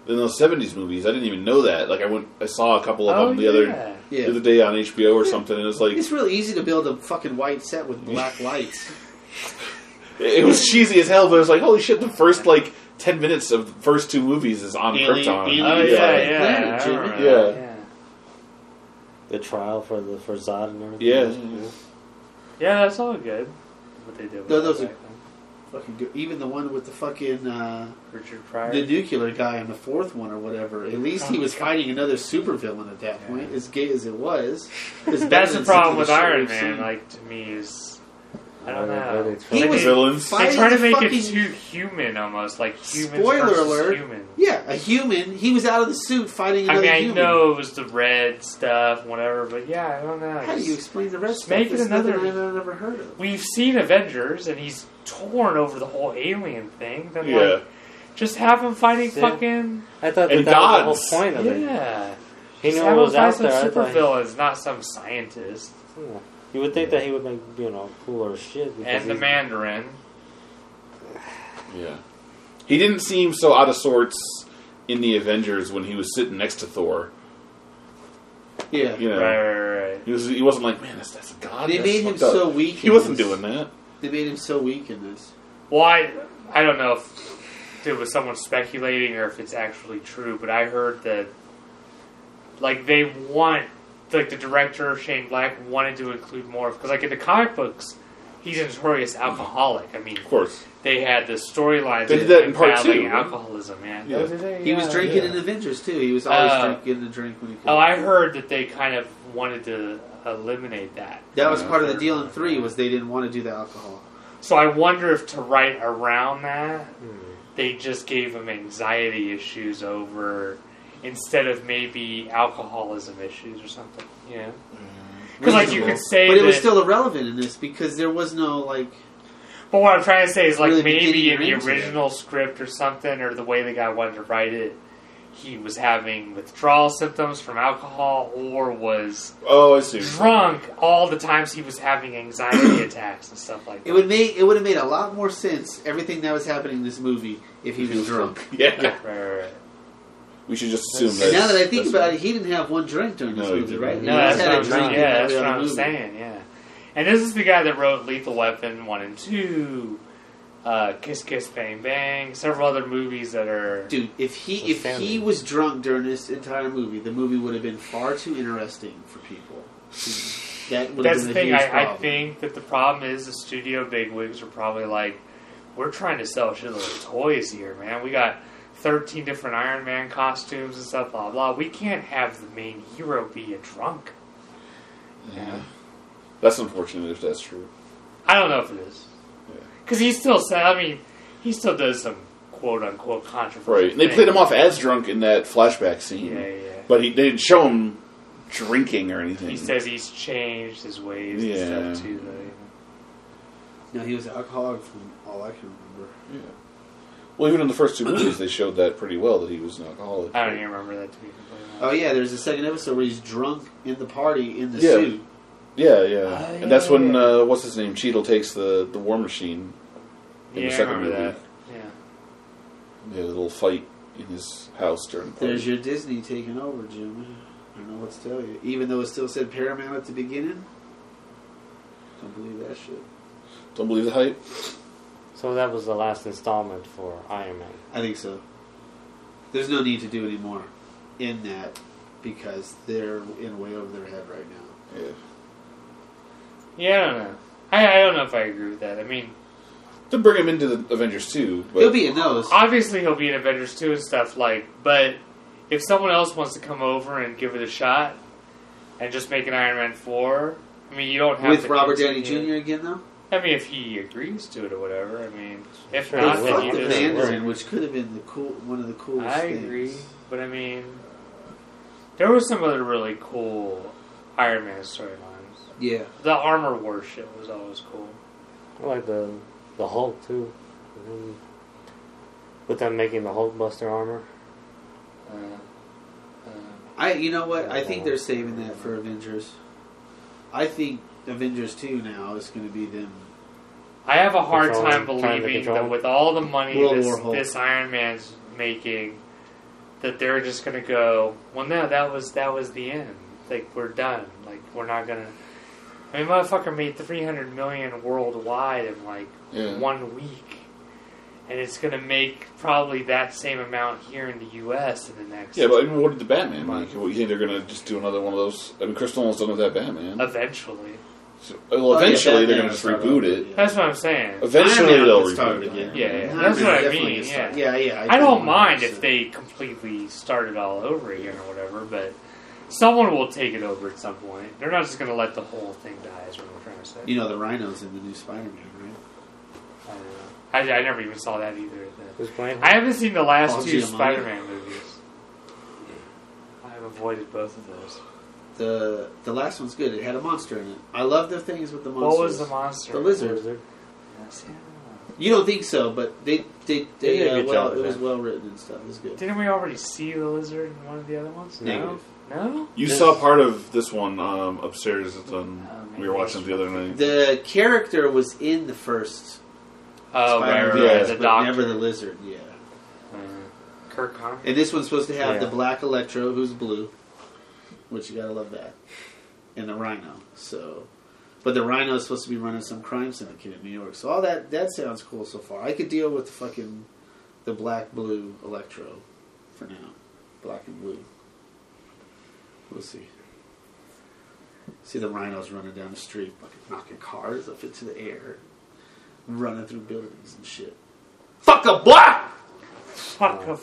[SPEAKER 1] in those '70s movies. I didn't even know that. Like I went, I saw a couple of
[SPEAKER 3] oh
[SPEAKER 1] them the
[SPEAKER 3] yeah.
[SPEAKER 1] other
[SPEAKER 4] Yeah.
[SPEAKER 1] the other day on HBO or something, and it's like
[SPEAKER 4] It's real easy to build a fucking white set with
[SPEAKER 3] [LAUGHS]
[SPEAKER 4] black lights.
[SPEAKER 1] it was cheesy as hell. But it was like, holy shit! The first like ten minutes of the first two movies is on
[SPEAKER 4] Alien-
[SPEAKER 1] Krypton.
[SPEAKER 4] Alien-
[SPEAKER 3] Oh yeah,
[SPEAKER 1] Yeah.
[SPEAKER 3] yeah,
[SPEAKER 4] Planet,
[SPEAKER 3] I
[SPEAKER 4] Jimmy.
[SPEAKER 3] remember
[SPEAKER 1] Yeah.
[SPEAKER 3] that, yeah.
[SPEAKER 2] The trial for the for Zod and everything.
[SPEAKER 1] Yeah.
[SPEAKER 3] Yeah, that's all good. What they did. with
[SPEAKER 4] No, those
[SPEAKER 3] that
[SPEAKER 4] are-
[SPEAKER 3] back then.
[SPEAKER 4] fucking good. Even the one with the fucking uh,
[SPEAKER 3] Richard Pryor.
[SPEAKER 4] the nuclear guy in the fourth one or whatever. At least
[SPEAKER 3] Oh
[SPEAKER 4] he was fighting another supervillain at that point. As gay as
[SPEAKER 3] [LAUGHS]
[SPEAKER 4] it was, It's better
[SPEAKER 3] That's the
[SPEAKER 4] than
[SPEAKER 3] problem
[SPEAKER 4] some of
[SPEAKER 3] with
[SPEAKER 4] shit
[SPEAKER 3] Iron
[SPEAKER 4] we've
[SPEAKER 3] Man.
[SPEAKER 4] seen.
[SPEAKER 3] Like to me is, I
[SPEAKER 2] Uh,
[SPEAKER 3] don't
[SPEAKER 2] they
[SPEAKER 3] know.
[SPEAKER 2] tried-
[SPEAKER 4] He
[SPEAKER 1] The
[SPEAKER 3] Like,
[SPEAKER 4] was
[SPEAKER 3] they,
[SPEAKER 1] villains.
[SPEAKER 4] Why
[SPEAKER 3] they
[SPEAKER 4] is
[SPEAKER 3] try to
[SPEAKER 4] it
[SPEAKER 3] make
[SPEAKER 4] fucking-
[SPEAKER 3] it too human, almost like human
[SPEAKER 4] Spoiler
[SPEAKER 3] versus
[SPEAKER 4] alert.
[SPEAKER 3] human.
[SPEAKER 4] yeah, a human. He was out of the suit fighting
[SPEAKER 3] I
[SPEAKER 4] another
[SPEAKER 3] mean, I
[SPEAKER 4] human.
[SPEAKER 3] know it was the red stuff, whatever, but yeah, I don't know.
[SPEAKER 4] How do you explain the rest?
[SPEAKER 3] Just make
[SPEAKER 4] of
[SPEAKER 3] it
[SPEAKER 4] this? Nothing
[SPEAKER 3] another-
[SPEAKER 4] I've never heard of.
[SPEAKER 3] We've seen Avengers, and he's torn over the whole alien thing. Then,
[SPEAKER 1] Yeah.
[SPEAKER 3] like, just have him fighting
[SPEAKER 2] Yeah.
[SPEAKER 3] fucking
[SPEAKER 2] I thought that,
[SPEAKER 1] And
[SPEAKER 2] that was
[SPEAKER 1] gods.
[SPEAKER 2] the whole point of it.
[SPEAKER 3] yeah.
[SPEAKER 2] He
[SPEAKER 3] Just
[SPEAKER 2] knew
[SPEAKER 3] have
[SPEAKER 2] what
[SPEAKER 3] him
[SPEAKER 2] was
[SPEAKER 3] fight
[SPEAKER 2] out
[SPEAKER 3] some
[SPEAKER 2] there. I thought he-
[SPEAKER 3] supervillains, not some scientist.
[SPEAKER 2] Yeah. You would think that he would make you know cooler shit. because
[SPEAKER 3] And the
[SPEAKER 2] he's-
[SPEAKER 3] Mandarin.
[SPEAKER 1] Yeah. He didn't seem so out of sorts in the Avengers when he was sitting next to Thor.
[SPEAKER 4] Yeah,
[SPEAKER 1] You know,
[SPEAKER 3] Right, right, right.
[SPEAKER 1] he, was, he wasn't like, man, that's that's a god.
[SPEAKER 4] they
[SPEAKER 1] that's
[SPEAKER 4] made him
[SPEAKER 1] fucked up."
[SPEAKER 4] so weak.
[SPEAKER 1] He
[SPEAKER 4] in
[SPEAKER 1] wasn't
[SPEAKER 4] this.
[SPEAKER 1] doing that.
[SPEAKER 4] They made him so weak in this.
[SPEAKER 3] Well, I, I don't know if it was someone speculating or if it's actually true, but I heard that, like, they want, like, the director, Shane Black, wanted to include more. Because, like, in the comic books, he's a notorious alcoholic. I mean,
[SPEAKER 1] Of course.
[SPEAKER 3] they had the storyline
[SPEAKER 1] They did that in part
[SPEAKER 3] battling
[SPEAKER 1] two, right?
[SPEAKER 3] alcoholism, man.
[SPEAKER 1] Yeah.
[SPEAKER 3] Oh, did they?
[SPEAKER 4] He was
[SPEAKER 3] Yeah.
[SPEAKER 4] drinking
[SPEAKER 1] yeah.
[SPEAKER 4] in Avengers too. He was always
[SPEAKER 3] Uh,
[SPEAKER 4] drink, getting a drink when he could.
[SPEAKER 3] Oh, I heard that they kind of wanted to eliminate that.
[SPEAKER 4] that was
[SPEAKER 1] Yeah.
[SPEAKER 4] part of the deal in three. Was they didn't want to do the alcohol.
[SPEAKER 3] So I wonder if to write around that, they just gave him anxiety issues over instead of maybe alcoholism issues or something. Yeah. Because like you
[SPEAKER 4] Reasonable.
[SPEAKER 3] could say
[SPEAKER 4] but it was
[SPEAKER 3] that-
[SPEAKER 4] still irrelevant in this because there was no like
[SPEAKER 3] But what I'm trying to say is, like,
[SPEAKER 5] Really
[SPEAKER 3] maybe
[SPEAKER 5] beginning
[SPEAKER 3] in the
[SPEAKER 5] range there.
[SPEAKER 3] original script or something, or the way the guy wanted to write it, he was having withdrawal symptoms from alcohol, or was
[SPEAKER 1] Oh, I see.
[SPEAKER 3] drunk all the times he was having anxiety attacks and stuff like
[SPEAKER 4] It
[SPEAKER 3] that.
[SPEAKER 4] would make it would have made a lot more sense everything that was happening in this movie if he was drunk.
[SPEAKER 1] Yeah.
[SPEAKER 3] Right, right, right.
[SPEAKER 1] We should just assume
[SPEAKER 4] And
[SPEAKER 1] that.
[SPEAKER 4] now that I think about it, he didn't have one drink during this
[SPEAKER 1] No, he
[SPEAKER 4] movie,
[SPEAKER 1] didn't.
[SPEAKER 4] right?
[SPEAKER 2] No,
[SPEAKER 3] No,
[SPEAKER 4] He just
[SPEAKER 3] that's
[SPEAKER 4] had
[SPEAKER 3] what
[SPEAKER 4] a
[SPEAKER 3] I'm
[SPEAKER 4] drink
[SPEAKER 3] saying.
[SPEAKER 4] in
[SPEAKER 3] Yeah,
[SPEAKER 4] every
[SPEAKER 3] that's what
[SPEAKER 4] other
[SPEAKER 3] I'm
[SPEAKER 4] movie.
[SPEAKER 3] saying. Yeah, and this is the guy that wrote Lethal Weapon one and two, uh, Kiss Kiss Bang Bang, several other movies that are.
[SPEAKER 4] Dude, if he
[SPEAKER 2] With
[SPEAKER 4] if
[SPEAKER 2] family.
[SPEAKER 4] he was drunk during this entire movie, the movie would have been far too interesting for people. That would have
[SPEAKER 3] That's
[SPEAKER 4] been
[SPEAKER 3] the
[SPEAKER 4] a
[SPEAKER 3] thing.
[SPEAKER 4] huge
[SPEAKER 3] I, I
[SPEAKER 4] problem.
[SPEAKER 3] think that the problem is the studio bigwigs are probably like, we're trying to sell shitload of toys here, man. We got 13 different Iron Man costumes and stuff, blah, blah. We can't have the main hero be a drunk.
[SPEAKER 1] Yeah. That's unfortunate if that's true.
[SPEAKER 3] I don't know if it is.
[SPEAKER 1] Yeah.
[SPEAKER 3] Because he still said, I mean, he still does some quote unquote controversial.
[SPEAKER 1] Right. And they
[SPEAKER 3] thing.
[SPEAKER 1] played him off as drunk in that flashback scene.
[SPEAKER 3] Yeah, yeah.
[SPEAKER 1] But he they didn't show him drinking or anything.
[SPEAKER 3] He says he's changed his ways
[SPEAKER 1] Mm. Yeah.
[SPEAKER 3] and stuff too, though. you know.
[SPEAKER 4] No, he was an alcoholic from all I can remember.
[SPEAKER 1] Yeah. Well, even in the first two movies, they showed that pretty well that he was an alcoholic.
[SPEAKER 3] I don't even remember that to be completely honest.
[SPEAKER 4] Oh yeah, there's a second episode where he's drunk in the party in the
[SPEAKER 1] Yeah.
[SPEAKER 4] suit.
[SPEAKER 1] Yeah, yeah.
[SPEAKER 3] Oh,
[SPEAKER 1] and that's when,
[SPEAKER 3] yeah.
[SPEAKER 1] uh, what's his name? Cheadle takes the, the war machine in
[SPEAKER 3] Yeah,
[SPEAKER 1] the
[SPEAKER 3] I
[SPEAKER 1] second
[SPEAKER 3] remember
[SPEAKER 1] movie.
[SPEAKER 3] that. Yeah.
[SPEAKER 1] They had a little fight in his house during the
[SPEAKER 4] There's
[SPEAKER 1] party.
[SPEAKER 4] your Disney taking over, Jim. I don't know what to tell you. Even though it still said Paramount at the beginning, don't believe that shit.
[SPEAKER 1] Don't believe the hype?
[SPEAKER 2] So that was the last installment for Iron Man.
[SPEAKER 4] I think so. There's no need to do any more in that because they're in way over their head right now.
[SPEAKER 1] Yeah.
[SPEAKER 3] Yeah, I don't know. I, I don't know if I agree with that. I mean,
[SPEAKER 1] They'll bring him into the Avengers too. but
[SPEAKER 4] He'll be in those.
[SPEAKER 3] obviously he'll be in Avengers 2 and stuff, like, but if someone else wants to come over and give it a shot and just make an Iron Man 4, I mean, you don't have
[SPEAKER 4] With
[SPEAKER 3] to
[SPEAKER 4] Robert Downey
[SPEAKER 3] continue-
[SPEAKER 4] Jr. again, though?
[SPEAKER 3] I mean, if he agrees to it or whatever, I mean, if
[SPEAKER 2] Sure,
[SPEAKER 3] not,
[SPEAKER 2] he
[SPEAKER 4] Fuck
[SPEAKER 3] then
[SPEAKER 2] will.
[SPEAKER 3] you
[SPEAKER 4] the
[SPEAKER 2] Yeah.
[SPEAKER 3] just-
[SPEAKER 4] Mandarin, which could have been the cool one of the coolest
[SPEAKER 3] I
[SPEAKER 4] things.
[SPEAKER 3] agree, but I mean, there were some other really cool Iron Man storylines.
[SPEAKER 4] Yeah.
[SPEAKER 3] The Armor War shit was always cool.
[SPEAKER 2] I like the the Hulk too. And then with them making the Hulk Buster armor.
[SPEAKER 3] Uh, uh,
[SPEAKER 4] I you know what? I think they're saving that for Avengers. I think Avengers 2 now is going to be them.
[SPEAKER 3] I have a hard
[SPEAKER 2] Control,
[SPEAKER 3] time
[SPEAKER 2] trying to
[SPEAKER 3] believing
[SPEAKER 2] control.
[SPEAKER 3] that with all the money
[SPEAKER 4] World
[SPEAKER 3] this,
[SPEAKER 4] War Hulk.
[SPEAKER 3] this Iron Man's making, that they're just gonna go. Well, no, that was that was the end. Like we're done. Like we're not gonna. I mean, motherfucker made three hundred million worldwide in like
[SPEAKER 1] Yeah.
[SPEAKER 3] one week, and it's gonna make probably that same amount here in the U.S. in the next.
[SPEAKER 1] Yeah, but I mean, what did the Batman make? What, you think they're going to just do another one of those? I mean, Chris Nolan's done with that Batman.
[SPEAKER 3] eventually,
[SPEAKER 1] So- well,
[SPEAKER 4] Uh, Oh, yeah,
[SPEAKER 1] eventually
[SPEAKER 4] Batman
[SPEAKER 1] they're going to
[SPEAKER 4] will
[SPEAKER 1] just
[SPEAKER 4] start
[SPEAKER 1] reboot
[SPEAKER 4] over,
[SPEAKER 1] it.
[SPEAKER 4] yeah.
[SPEAKER 3] that's what I'm saying.
[SPEAKER 1] Eventually
[SPEAKER 4] Iron Man
[SPEAKER 1] they'll
[SPEAKER 4] will get
[SPEAKER 1] reboot
[SPEAKER 4] started
[SPEAKER 1] it.
[SPEAKER 4] again.
[SPEAKER 1] Yeah.
[SPEAKER 3] Yeah, yeah,
[SPEAKER 4] Iron
[SPEAKER 3] that's
[SPEAKER 4] Man
[SPEAKER 3] what I
[SPEAKER 4] definitely
[SPEAKER 3] mean,
[SPEAKER 4] gets started.
[SPEAKER 3] yeah.
[SPEAKER 4] yeah, yeah.
[SPEAKER 3] I don't
[SPEAKER 4] agree.
[SPEAKER 3] mind if they completely start it all over again or whatever, but someone will take it over at some point. They're not just going to let the whole thing die, is what I'm trying to say.
[SPEAKER 4] You know the rhinos in the new Spider-Man, right?
[SPEAKER 3] I, don't know. I, I never even saw that either.
[SPEAKER 2] Who's playing?
[SPEAKER 3] I haven't seen the last
[SPEAKER 4] Oh,
[SPEAKER 3] two
[SPEAKER 4] Giamatti.
[SPEAKER 3] Spider Man movies. I've avoided both of those.
[SPEAKER 4] The the last one's good. It had a monster in it. I love the things with the monsters.
[SPEAKER 3] What was the monster?
[SPEAKER 4] The lizard.
[SPEAKER 2] Wizard.
[SPEAKER 3] Yes, yeah.
[SPEAKER 4] You don't think so, but they they,
[SPEAKER 2] They
[SPEAKER 4] they,
[SPEAKER 2] did a
[SPEAKER 4] uh,
[SPEAKER 2] good
[SPEAKER 4] well,
[SPEAKER 2] job
[SPEAKER 4] it
[SPEAKER 2] with
[SPEAKER 4] was
[SPEAKER 2] that.
[SPEAKER 4] well written and stuff. It was good.
[SPEAKER 3] Didn't we already see the lizard in one of the other ones? No.
[SPEAKER 4] Negative.
[SPEAKER 3] No?
[SPEAKER 1] You
[SPEAKER 2] Yes.
[SPEAKER 1] saw part of this one um, upstairs. At, um,
[SPEAKER 3] Oh,
[SPEAKER 1] we were watching it the other night.
[SPEAKER 4] The character was in the first
[SPEAKER 3] Oh, right, right,
[SPEAKER 4] Spider-Man,
[SPEAKER 3] right.
[SPEAKER 1] Yeah.
[SPEAKER 3] The
[SPEAKER 4] but
[SPEAKER 3] doctor.
[SPEAKER 4] never the lizard. Yeah,
[SPEAKER 3] Uh, Kirk Connors.
[SPEAKER 4] and this one's supposed to have the
[SPEAKER 2] Yeah.
[SPEAKER 4] black Electro, who's blue, which you gotta love that, and the Rhino. So, but the Rhino is supposed to be running some crime syndicate in New York. So all that that sounds cool so far. I could deal with the fucking the black blue Electro for now, black and blue. We'll see. See the rhinos running down the street, fucking knocking cars up into the air, running through buildings and shit. Fuck a black.
[SPEAKER 3] Fuck a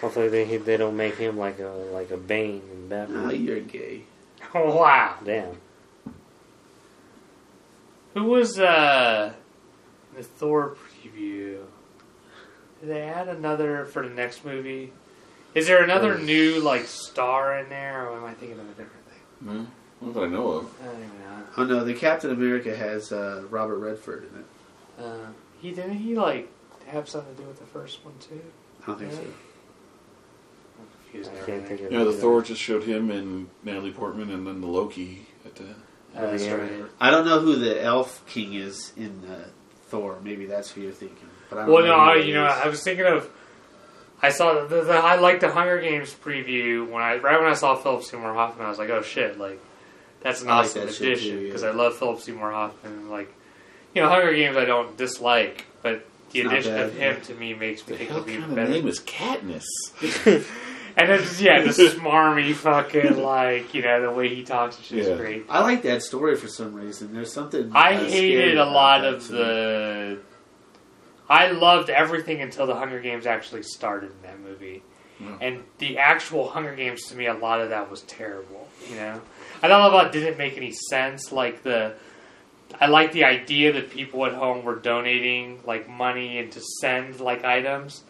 [SPEAKER 2] Hopefully they they don't make him like a like a Bane and
[SPEAKER 4] Ah,
[SPEAKER 2] Batman.
[SPEAKER 4] you're gay.
[SPEAKER 3] oh, Wow.
[SPEAKER 2] Damn.
[SPEAKER 3] Who was uh the Thor preview? Did they add another for the next movie? Is there another
[SPEAKER 2] Hmm.
[SPEAKER 3] new like star in there, or am I thinking of a different thing?
[SPEAKER 1] Hmm? Not that I know of.
[SPEAKER 3] I don't even know.
[SPEAKER 4] Oh no, the Captain America has uh, Robert Redford in it.
[SPEAKER 3] Uh, he didn't he like have something to do with the first one too?
[SPEAKER 4] I don't think so.
[SPEAKER 3] I'm confused. Uh,
[SPEAKER 2] I
[SPEAKER 3] and
[SPEAKER 2] can't
[SPEAKER 3] everything.
[SPEAKER 2] think of
[SPEAKER 1] Yeah, the
[SPEAKER 2] either.
[SPEAKER 1] Thor just showed him and Natalie Portman, and then the Loki at the.
[SPEAKER 3] Uh, that's
[SPEAKER 2] Yeah.
[SPEAKER 3] right.
[SPEAKER 4] I don't know who the elf king is in uh, Thor. Maybe that's who you're thinking. But I don't
[SPEAKER 3] Well,
[SPEAKER 4] know
[SPEAKER 3] no,
[SPEAKER 4] who
[SPEAKER 3] I,
[SPEAKER 4] it
[SPEAKER 3] you know,
[SPEAKER 4] is.
[SPEAKER 3] I was thinking of. I saw the, the I liked the Hunger Games preview when I right when I saw Philip Seymour Hoffman, I was like, oh shit, like that's an
[SPEAKER 4] I like
[SPEAKER 3] awesome
[SPEAKER 4] that shit too,
[SPEAKER 3] addition
[SPEAKER 4] yeah.
[SPEAKER 3] because I love Philip Seymour Hoffman. Like, you know, Hunger Games I don't dislike, but the
[SPEAKER 4] It's not
[SPEAKER 3] addition
[SPEAKER 4] bad,
[SPEAKER 3] of him
[SPEAKER 4] yeah.
[SPEAKER 3] to me makes me
[SPEAKER 1] The
[SPEAKER 3] think
[SPEAKER 1] hell
[SPEAKER 3] it'll be
[SPEAKER 1] kind
[SPEAKER 3] better.
[SPEAKER 1] of name is Katniss?
[SPEAKER 3] [LAUGHS] And it's yeah,
[SPEAKER 4] [LAUGHS]
[SPEAKER 3] the smarmy fucking like you know the way he talks and shit
[SPEAKER 1] Yeah.
[SPEAKER 3] is great.
[SPEAKER 4] I like that story for some reason. There's something
[SPEAKER 3] I
[SPEAKER 4] uh, scary
[SPEAKER 3] hated a
[SPEAKER 4] about
[SPEAKER 3] lot
[SPEAKER 4] that
[SPEAKER 3] of
[SPEAKER 4] to me.
[SPEAKER 3] the. I loved everything until the Hunger Games actually started in that movie,
[SPEAKER 4] Hmm.
[SPEAKER 1] Yeah.
[SPEAKER 3] and the actual Hunger Games to me, a lot of that was terrible. You know, I don't know about didn't make any sense. Like the, I like the idea that people at home were donating like money and to send like items,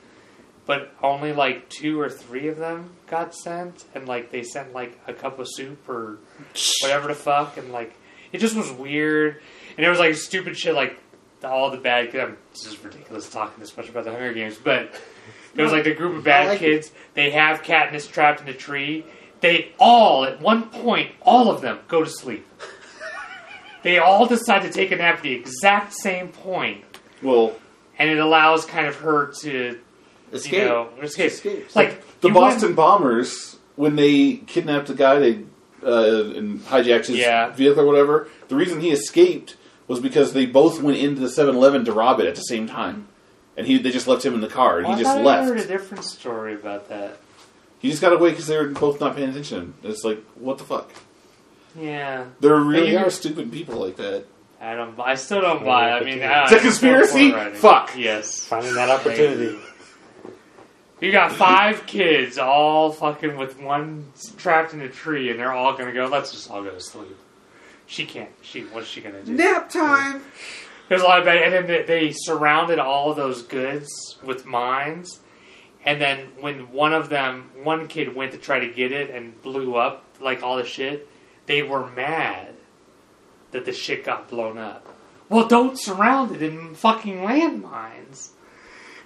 [SPEAKER 3] but only like two or three of them got sent, and like they sent like a cup of soup or whatever the fuck, and like it just was weird, and there was like stupid shit like all the bad. Cause I'm it's just ridiculous talking this much about the Hunger Games, but there was like the group of bad
[SPEAKER 4] [LAUGHS] I like it.
[SPEAKER 3] kids. They have Katniss trapped in a tree. They all at one point, all of them go to
[SPEAKER 4] [LAUGHS]
[SPEAKER 3] sleep. they all decide to take a nap at the exact same point,
[SPEAKER 1] Well,
[SPEAKER 3] and it allows kind of her to
[SPEAKER 4] escape.
[SPEAKER 3] you know escape.
[SPEAKER 4] escapes.
[SPEAKER 3] Like
[SPEAKER 1] the
[SPEAKER 3] you wouldn't-
[SPEAKER 1] Boston bombers when they kidnapped the guy they uh, and hijacked his
[SPEAKER 3] Yeah.
[SPEAKER 1] vehicle or whatever. The reason he escaped was because they both went into the 7-Eleven to rob it at the same time, and he they just left him in the car and
[SPEAKER 3] Well,
[SPEAKER 1] he
[SPEAKER 3] I
[SPEAKER 1] just
[SPEAKER 3] thought I heard a
[SPEAKER 1] left.
[SPEAKER 3] different story about that.
[SPEAKER 1] He just got away because they were both not paying attention. It's like what the fuck.
[SPEAKER 3] Yeah.
[SPEAKER 1] There really
[SPEAKER 3] you-
[SPEAKER 1] are stupid people like that.
[SPEAKER 3] I don't. I still don't buy. it. I mean, I,
[SPEAKER 1] It's a conspiracy? Fuck.
[SPEAKER 3] Yes.
[SPEAKER 2] Finding that opportunity.
[SPEAKER 3] [LAUGHS] You got five kids, all fucking with one trapped in a tree, and they're all gonna go. Let's just all go to sleep. She can't. She. What's she gonna do?
[SPEAKER 4] Nap time.
[SPEAKER 3] There's a lot of bad, and then they, they surrounded all of those goods with mines, and then when one of them, one kid went to try to get it and blew up like all the shit, they were mad that the shit got blown up. Well, don't surround it in fucking landmines.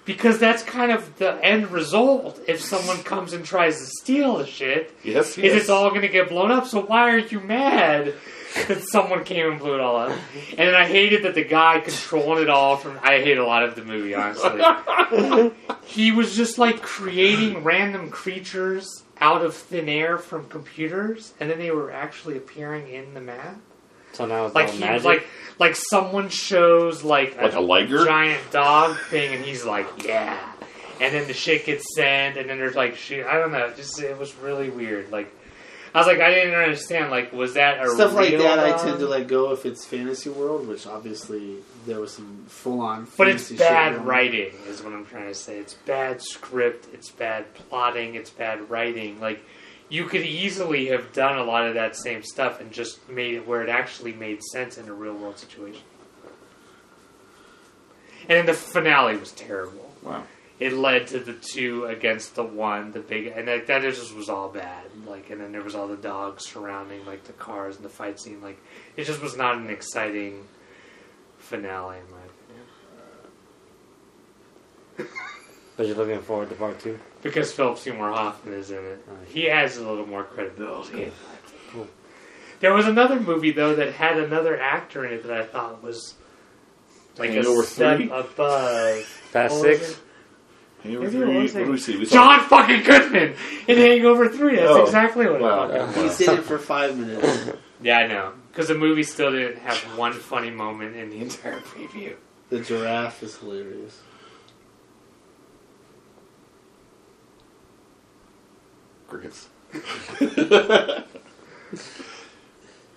[SPEAKER 3] Because that's kind of the end result if someone comes and tries to steal the shit
[SPEAKER 1] Yes,
[SPEAKER 3] is
[SPEAKER 1] yes.
[SPEAKER 3] it's all going to get blown up. So why are you mad that someone came and blew it all up? And then I hated that the guy controlling it all from. I hate a lot of the movie, honestly.
[SPEAKER 1] [LAUGHS]
[SPEAKER 3] he was just like creating random creatures out of thin air from computers, and then they were actually appearing in the map.
[SPEAKER 2] So now it's
[SPEAKER 3] Like
[SPEAKER 2] all
[SPEAKER 3] he
[SPEAKER 2] magic.
[SPEAKER 3] was like like someone shows like
[SPEAKER 1] Oh, like a liger?
[SPEAKER 3] giant dog thing, and he's like, yeah. And then the shit gets sent, and then there's like shit. I don't know. Just it was really weird. Like I was like, I didn't understand. Like, was that a
[SPEAKER 4] Stuff like
[SPEAKER 3] real
[SPEAKER 4] that, I
[SPEAKER 3] dog?
[SPEAKER 4] tend to let go if it's fantasy world, which obviously there was some full on.
[SPEAKER 3] But it's bad writing, is what I'm trying to say. It's bad script. It's bad plotting. It's bad writing. Like you could easily have done a lot of that same stuff and just made it where it actually made sense in a real world situation. And then the finale was terrible.
[SPEAKER 1] Wow.
[SPEAKER 3] it led to the two against the one, the big, and like that just was all bad. Like, and then there was all the dogs surrounding like the cars and the fight scene. Like, it just was not an exciting finale, in my opinion.
[SPEAKER 2] But you're looking forward to part two.
[SPEAKER 3] Because Philip Seymour Hoffman is in it, Uh, he adds a little more credibility. There was another movie though that had another actor in it that I thought was like
[SPEAKER 1] Hangover
[SPEAKER 3] a step
[SPEAKER 1] three?
[SPEAKER 3] above.
[SPEAKER 2] Fast
[SPEAKER 3] What was
[SPEAKER 2] six.
[SPEAKER 3] Oh, it?
[SPEAKER 1] Hangover
[SPEAKER 3] Maybe it
[SPEAKER 1] three.
[SPEAKER 3] was
[SPEAKER 1] What do we see? We saw-
[SPEAKER 3] John fucking Goodman in Hangover Three. That's
[SPEAKER 1] Oh.
[SPEAKER 3] exactly what.
[SPEAKER 1] Wow.
[SPEAKER 3] It was.
[SPEAKER 1] Okay.
[SPEAKER 4] He's in it for five minutes.
[SPEAKER 3] Yeah, I know. Because the movie still didn't have one funny moment in the entire preview.
[SPEAKER 4] the giraffe is hilarious.
[SPEAKER 1] Crickets. [LAUGHS]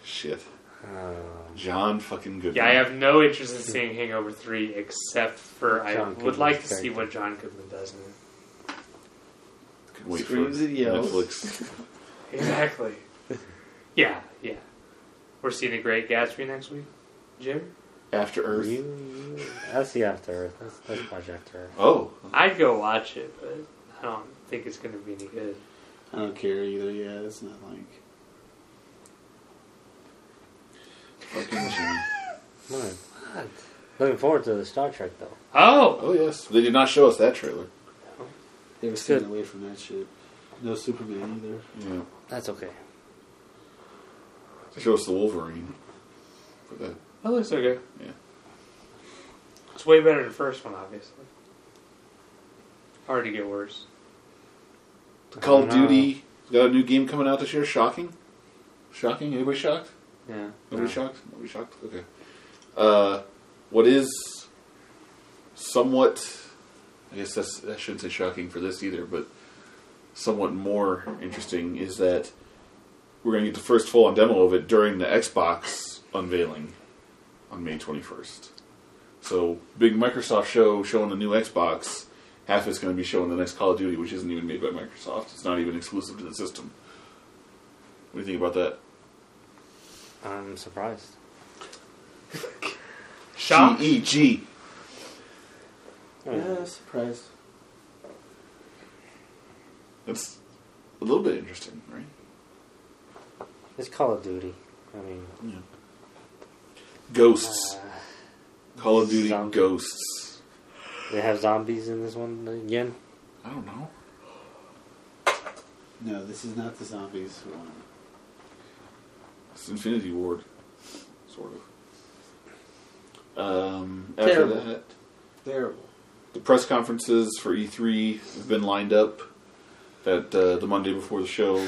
[SPEAKER 1] Shit.
[SPEAKER 2] Um,
[SPEAKER 1] John fucking Goodman.
[SPEAKER 3] Yeah, I have no interest in seeing Hangover 3 except for I
[SPEAKER 2] John
[SPEAKER 3] would
[SPEAKER 2] Goodman's
[SPEAKER 3] like to see
[SPEAKER 2] character.
[SPEAKER 3] what John Goodman does in it.
[SPEAKER 1] Could wait for
[SPEAKER 4] Screams and yells.
[SPEAKER 1] Netflix.
[SPEAKER 3] Exactly. [LAUGHS] yeah, yeah. We're seeing The Great Gatsby next week. Jim?
[SPEAKER 1] Mm-hmm. After Earth.
[SPEAKER 2] you, you, I'll see after Earth. Let's, let's watch after Earth.
[SPEAKER 1] Oh,
[SPEAKER 3] I'd go watch it, but I don't think it's going to be any good.
[SPEAKER 4] I don't care either. Yeah, it's not like
[SPEAKER 1] fucking Jimmy.
[SPEAKER 2] Come on. Looking forward to the Star Trek though.
[SPEAKER 3] Oh,
[SPEAKER 1] Oh yes, they did not show us that trailer.
[SPEAKER 4] They were staying away from that shit. No Superman either.
[SPEAKER 1] Yeah,
[SPEAKER 2] That's okay.
[SPEAKER 1] they showed us the Wolverine. But uh, that,
[SPEAKER 3] that looks okay.
[SPEAKER 1] Yeah.
[SPEAKER 3] It's way better than the first one, obviously. Hard to get worse.
[SPEAKER 1] Call of
[SPEAKER 2] I don't
[SPEAKER 1] Duty got a new game coming out this year. Shocking, shocking. Anybody shocked?
[SPEAKER 3] Yeah.
[SPEAKER 1] Nobody
[SPEAKER 2] No.
[SPEAKER 1] shocked? Nobody shocked? Okay. Uh, what is somewhat, I guess that's, I shouldn't say shocking for this either, but somewhat more interesting is that we're going to get the first full on demo of it during the Xbox unveiling on May 21st. So, big Microsoft show showing the new Xbox. Half it's going to be showing the next Call of Duty, which isn't even made by Microsoft. It's not even exclusive to the system. What do you think about that?
[SPEAKER 2] I'm surprised.
[SPEAKER 3] Shock?
[SPEAKER 1] G E G.
[SPEAKER 4] Oh, Yeah, surprised.
[SPEAKER 1] That's a little bit interesting, right?
[SPEAKER 2] It's Call of Duty. I mean,
[SPEAKER 1] Ghosts.
[SPEAKER 2] uh,
[SPEAKER 1] Call of Duty
[SPEAKER 2] zombie.
[SPEAKER 1] Ghosts.
[SPEAKER 2] they have zombies in this one again.
[SPEAKER 1] I don't know.
[SPEAKER 4] No, this is not the zombies one.
[SPEAKER 1] It's Infinity Ward. Sort of. Um, after
[SPEAKER 4] Terrible.
[SPEAKER 1] that,
[SPEAKER 4] Terrible.
[SPEAKER 1] the press conferences for E3 have been lined up that uh, the Monday before the show,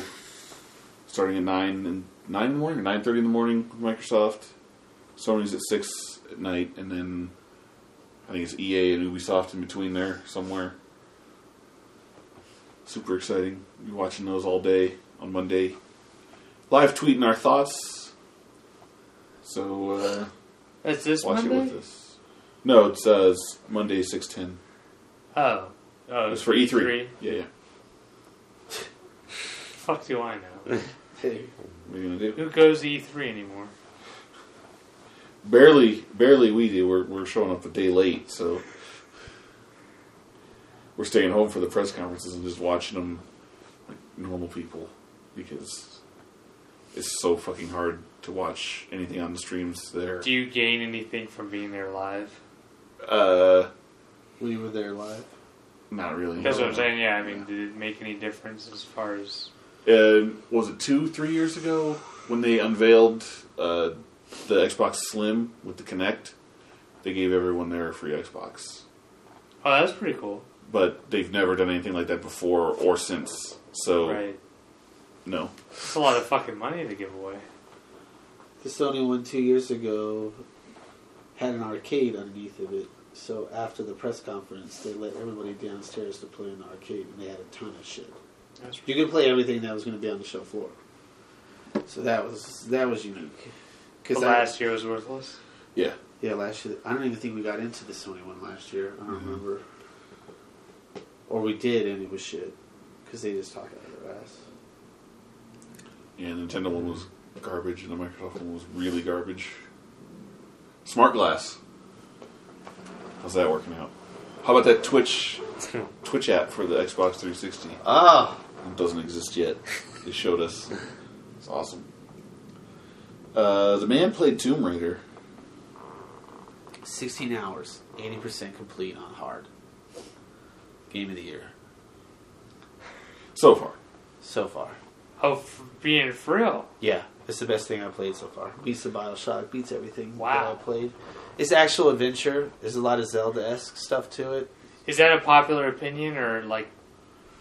[SPEAKER 1] starting at 9 and 9 in the morning or 9.30 in the morning with Microsoft. Sony's at 6 at night, and then I think it's EA and Ubisoft in between there somewhere. Super exciting. Be watching those all day on Monday. Live tweeting our thoughts. So uh,
[SPEAKER 3] That's this
[SPEAKER 1] watch it
[SPEAKER 3] Monday?
[SPEAKER 1] with us. No, it's uh, it's Monday six ten.
[SPEAKER 3] Oh. Oh,
[SPEAKER 1] It was for E three. Yeah, yeah.
[SPEAKER 3] Fuck do I
[SPEAKER 1] [LAUGHS]
[SPEAKER 3] know?
[SPEAKER 4] Hey,
[SPEAKER 1] What are you gonna do?
[SPEAKER 3] Who goes to E3 anymore?
[SPEAKER 1] Barely, barely we do. We're we're showing up a day late, so we're staying home for the press conferences and just watching them like normal people because it's so fucking hard to watch anything on the streams there.
[SPEAKER 3] Do you gain anything from being there live?
[SPEAKER 1] Uh,
[SPEAKER 4] we were there live.
[SPEAKER 1] not really.
[SPEAKER 3] That's what I'm saying, yeah. I mean, did it make any difference as far as.
[SPEAKER 1] uh, was it two, three years ago when they unveiled uh, the Xbox Slim with the Kinect? They gave everyone their free Xbox,
[SPEAKER 3] Oh, that's pretty cool.
[SPEAKER 1] but they've never done anything like that before or since. So
[SPEAKER 3] Right.
[SPEAKER 1] no,
[SPEAKER 3] It's a lot of fucking money to give away.
[SPEAKER 4] The Sony one two years ago had an arcade underneath of it. So after the press conference, they let everybody downstairs to play in the arcade, and they had a ton of shit.
[SPEAKER 3] That's
[SPEAKER 4] You could play everything that was going to be on the show floor. So that was that was unique.
[SPEAKER 3] Because last year was worthless.
[SPEAKER 1] yeah,
[SPEAKER 4] Yeah, last year. I don't even think we got into the Sony one last year. I don't
[SPEAKER 5] Mm-hmm.
[SPEAKER 1] Mhm.
[SPEAKER 4] remember. Or we did, and it was shit. Because they just talk out of their ass.
[SPEAKER 1] yeah. Nintendo one was garbage, and the Microsoft one was really garbage. Smart glass. How's that working out? How about that
[SPEAKER 3] [LAUGHS]
[SPEAKER 1] Twitch Twitch app for the Xbox 360?
[SPEAKER 5] Oh,
[SPEAKER 1] It doesn't exist yet. They showed us. It's awesome. Uh, the man played Tomb Raider.
[SPEAKER 5] 16 hours, 80% complete on hard. Game of the year
[SPEAKER 1] So far.
[SPEAKER 5] so far.
[SPEAKER 3] Oh, f- being frill.
[SPEAKER 5] Yeah, it's the best thing I played so far.
[SPEAKER 4] Beats the Bioshock, beats everything
[SPEAKER 3] Wow.
[SPEAKER 4] that I played.
[SPEAKER 5] It's actual adventure. There's a lot of Zelda esque stuff to it.
[SPEAKER 3] Is that a popular opinion or like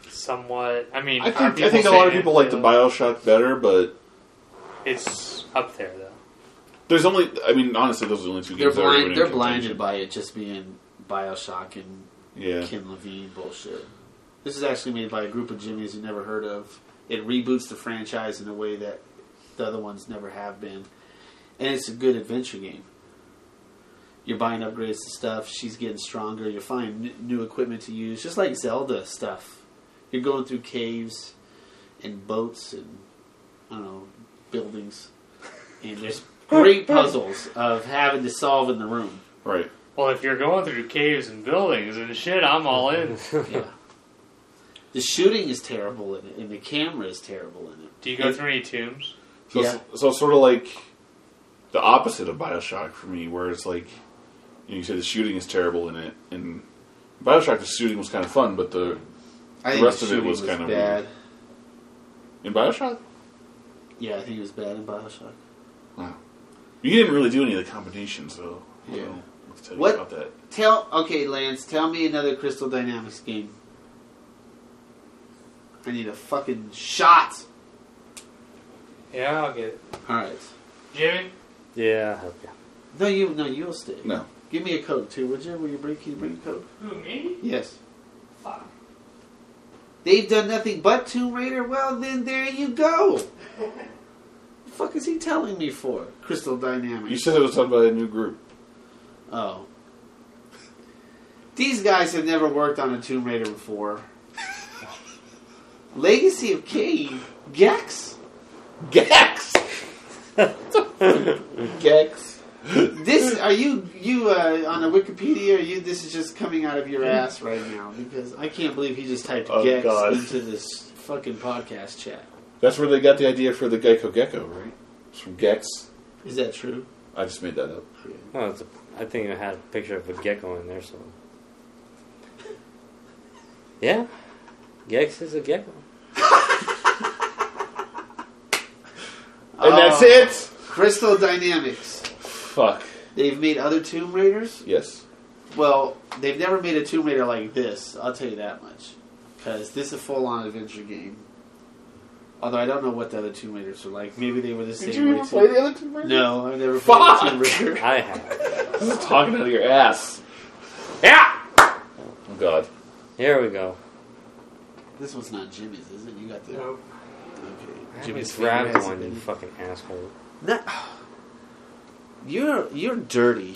[SPEAKER 3] somewhat? I mean,
[SPEAKER 1] I
[SPEAKER 3] are
[SPEAKER 1] think I think a lot of
[SPEAKER 3] saying
[SPEAKER 1] people like the
[SPEAKER 3] uh,
[SPEAKER 1] Bioshock better, but
[SPEAKER 3] It's up there though.
[SPEAKER 1] there's only I mean honestly those are the only two
[SPEAKER 5] They're
[SPEAKER 1] games that are even
[SPEAKER 5] blind.
[SPEAKER 1] in
[SPEAKER 5] They're
[SPEAKER 1] contention.
[SPEAKER 5] blinded by it just being Bioshock and
[SPEAKER 1] Yeah.
[SPEAKER 5] Kim Levine bullshit.
[SPEAKER 4] This is actually made by a group of Jimmies you never heard of. It reboots the franchise in a way that the other ones never have been. And it's a good adventure game. You're buying upgrades to stuff, she's getting stronger, you're finding n- new equipment to use, just like Zelda stuff. You're going through caves and boats and, I don't know, buildings. And there's great puzzles of having to solve in the room.
[SPEAKER 1] Right.
[SPEAKER 3] Well, if you're going through caves and buildings and shit, I'm
[SPEAKER 1] [LAUGHS]
[SPEAKER 3] all in.
[SPEAKER 4] Yeah. The shooting is terrible in it, and the camera is terrible in it.
[SPEAKER 3] Do you go through any tombs?
[SPEAKER 1] So it's, so it's sort of like the opposite of Bioshock for me, where it's like you said the shooting is terrible in it, and Bioshock the shooting was kind of fun, but the
[SPEAKER 6] I
[SPEAKER 1] The
[SPEAKER 6] think
[SPEAKER 1] rest of it
[SPEAKER 6] shooting
[SPEAKER 1] was kinda
[SPEAKER 6] bad.
[SPEAKER 1] in Bioshock
[SPEAKER 6] Yeah, I think it was bad in Bioshock.
[SPEAKER 1] you didn't really do any of the combinations though. I
[SPEAKER 6] Yeah.
[SPEAKER 1] don't know what to tell you
[SPEAKER 4] What-
[SPEAKER 1] about that?
[SPEAKER 4] Tell okay, Lance. Tell me another Crystal Dynamics game.
[SPEAKER 6] I need a fucking shot.
[SPEAKER 3] Yeah, I'll get it.
[SPEAKER 6] All right.
[SPEAKER 3] Jimmy?
[SPEAKER 2] Yeah, I'll help you.
[SPEAKER 6] No, you no, you'll stay.
[SPEAKER 1] No,
[SPEAKER 6] Give me a code too, would you? Will you bring? Can you bring a code?
[SPEAKER 3] Who, me?
[SPEAKER 6] Yes.
[SPEAKER 3] Fuck.
[SPEAKER 4] They've done nothing but Tomb Raider. Well, then there you go.
[SPEAKER 6] The fuck is he telling me for? Crystal Dynamics.
[SPEAKER 1] you said it was done by a new group. [LAUGHS]
[SPEAKER 6] oh,
[SPEAKER 4] These guys have never worked on a Tomb Raider before. Legacy of Kane, Gex.
[SPEAKER 1] Gax.
[SPEAKER 2] [LAUGHS]
[SPEAKER 6] Gex.
[SPEAKER 4] This are you you uh, on the Wikipedia? Are you this is just coming out of your ass right now because
[SPEAKER 6] I can't believe he just typed
[SPEAKER 1] Oh,
[SPEAKER 6] Gex
[SPEAKER 1] God.
[SPEAKER 6] into this fucking podcast chat.
[SPEAKER 1] [LAUGHS] That's where they got the idea for the Gecko Gecko, right? It's from Gex.
[SPEAKER 6] Is that true?
[SPEAKER 1] I just made that up.
[SPEAKER 2] No, it's a, I think it had a picture of a gecko in there, so. Yeah. Gex is a gecko.
[SPEAKER 1] And that's it.
[SPEAKER 4] Crystal Dynamics.
[SPEAKER 1] Fuck.
[SPEAKER 4] They've made other Tomb Raiders.
[SPEAKER 1] Yes.
[SPEAKER 4] Well, they've never made a Tomb Raider like this. I'll tell you that much. Because this is a full-on adventure game. Although I don't know what the other Tomb Raiders are like. Maybe they were the same.
[SPEAKER 1] Did you
[SPEAKER 4] way
[SPEAKER 1] even
[SPEAKER 4] too.
[SPEAKER 1] play the other two? versions?
[SPEAKER 4] No, I've never
[SPEAKER 1] Fuck!
[SPEAKER 4] played a Tomb Raider. [LAUGHS]
[SPEAKER 2] I have.
[SPEAKER 1] This is talking out of your ass.
[SPEAKER 3] Yeah!
[SPEAKER 1] Oh God.
[SPEAKER 2] Here we go.
[SPEAKER 4] This one's not Jimmy's, is it? You got the
[SPEAKER 3] Nope.
[SPEAKER 4] okay.
[SPEAKER 2] I
[SPEAKER 4] Jimmy's
[SPEAKER 2] just grabbed
[SPEAKER 4] finger
[SPEAKER 2] one, you
[SPEAKER 4] hasn't
[SPEAKER 2] fucking asshole.
[SPEAKER 4] been- No. You're you're dirty.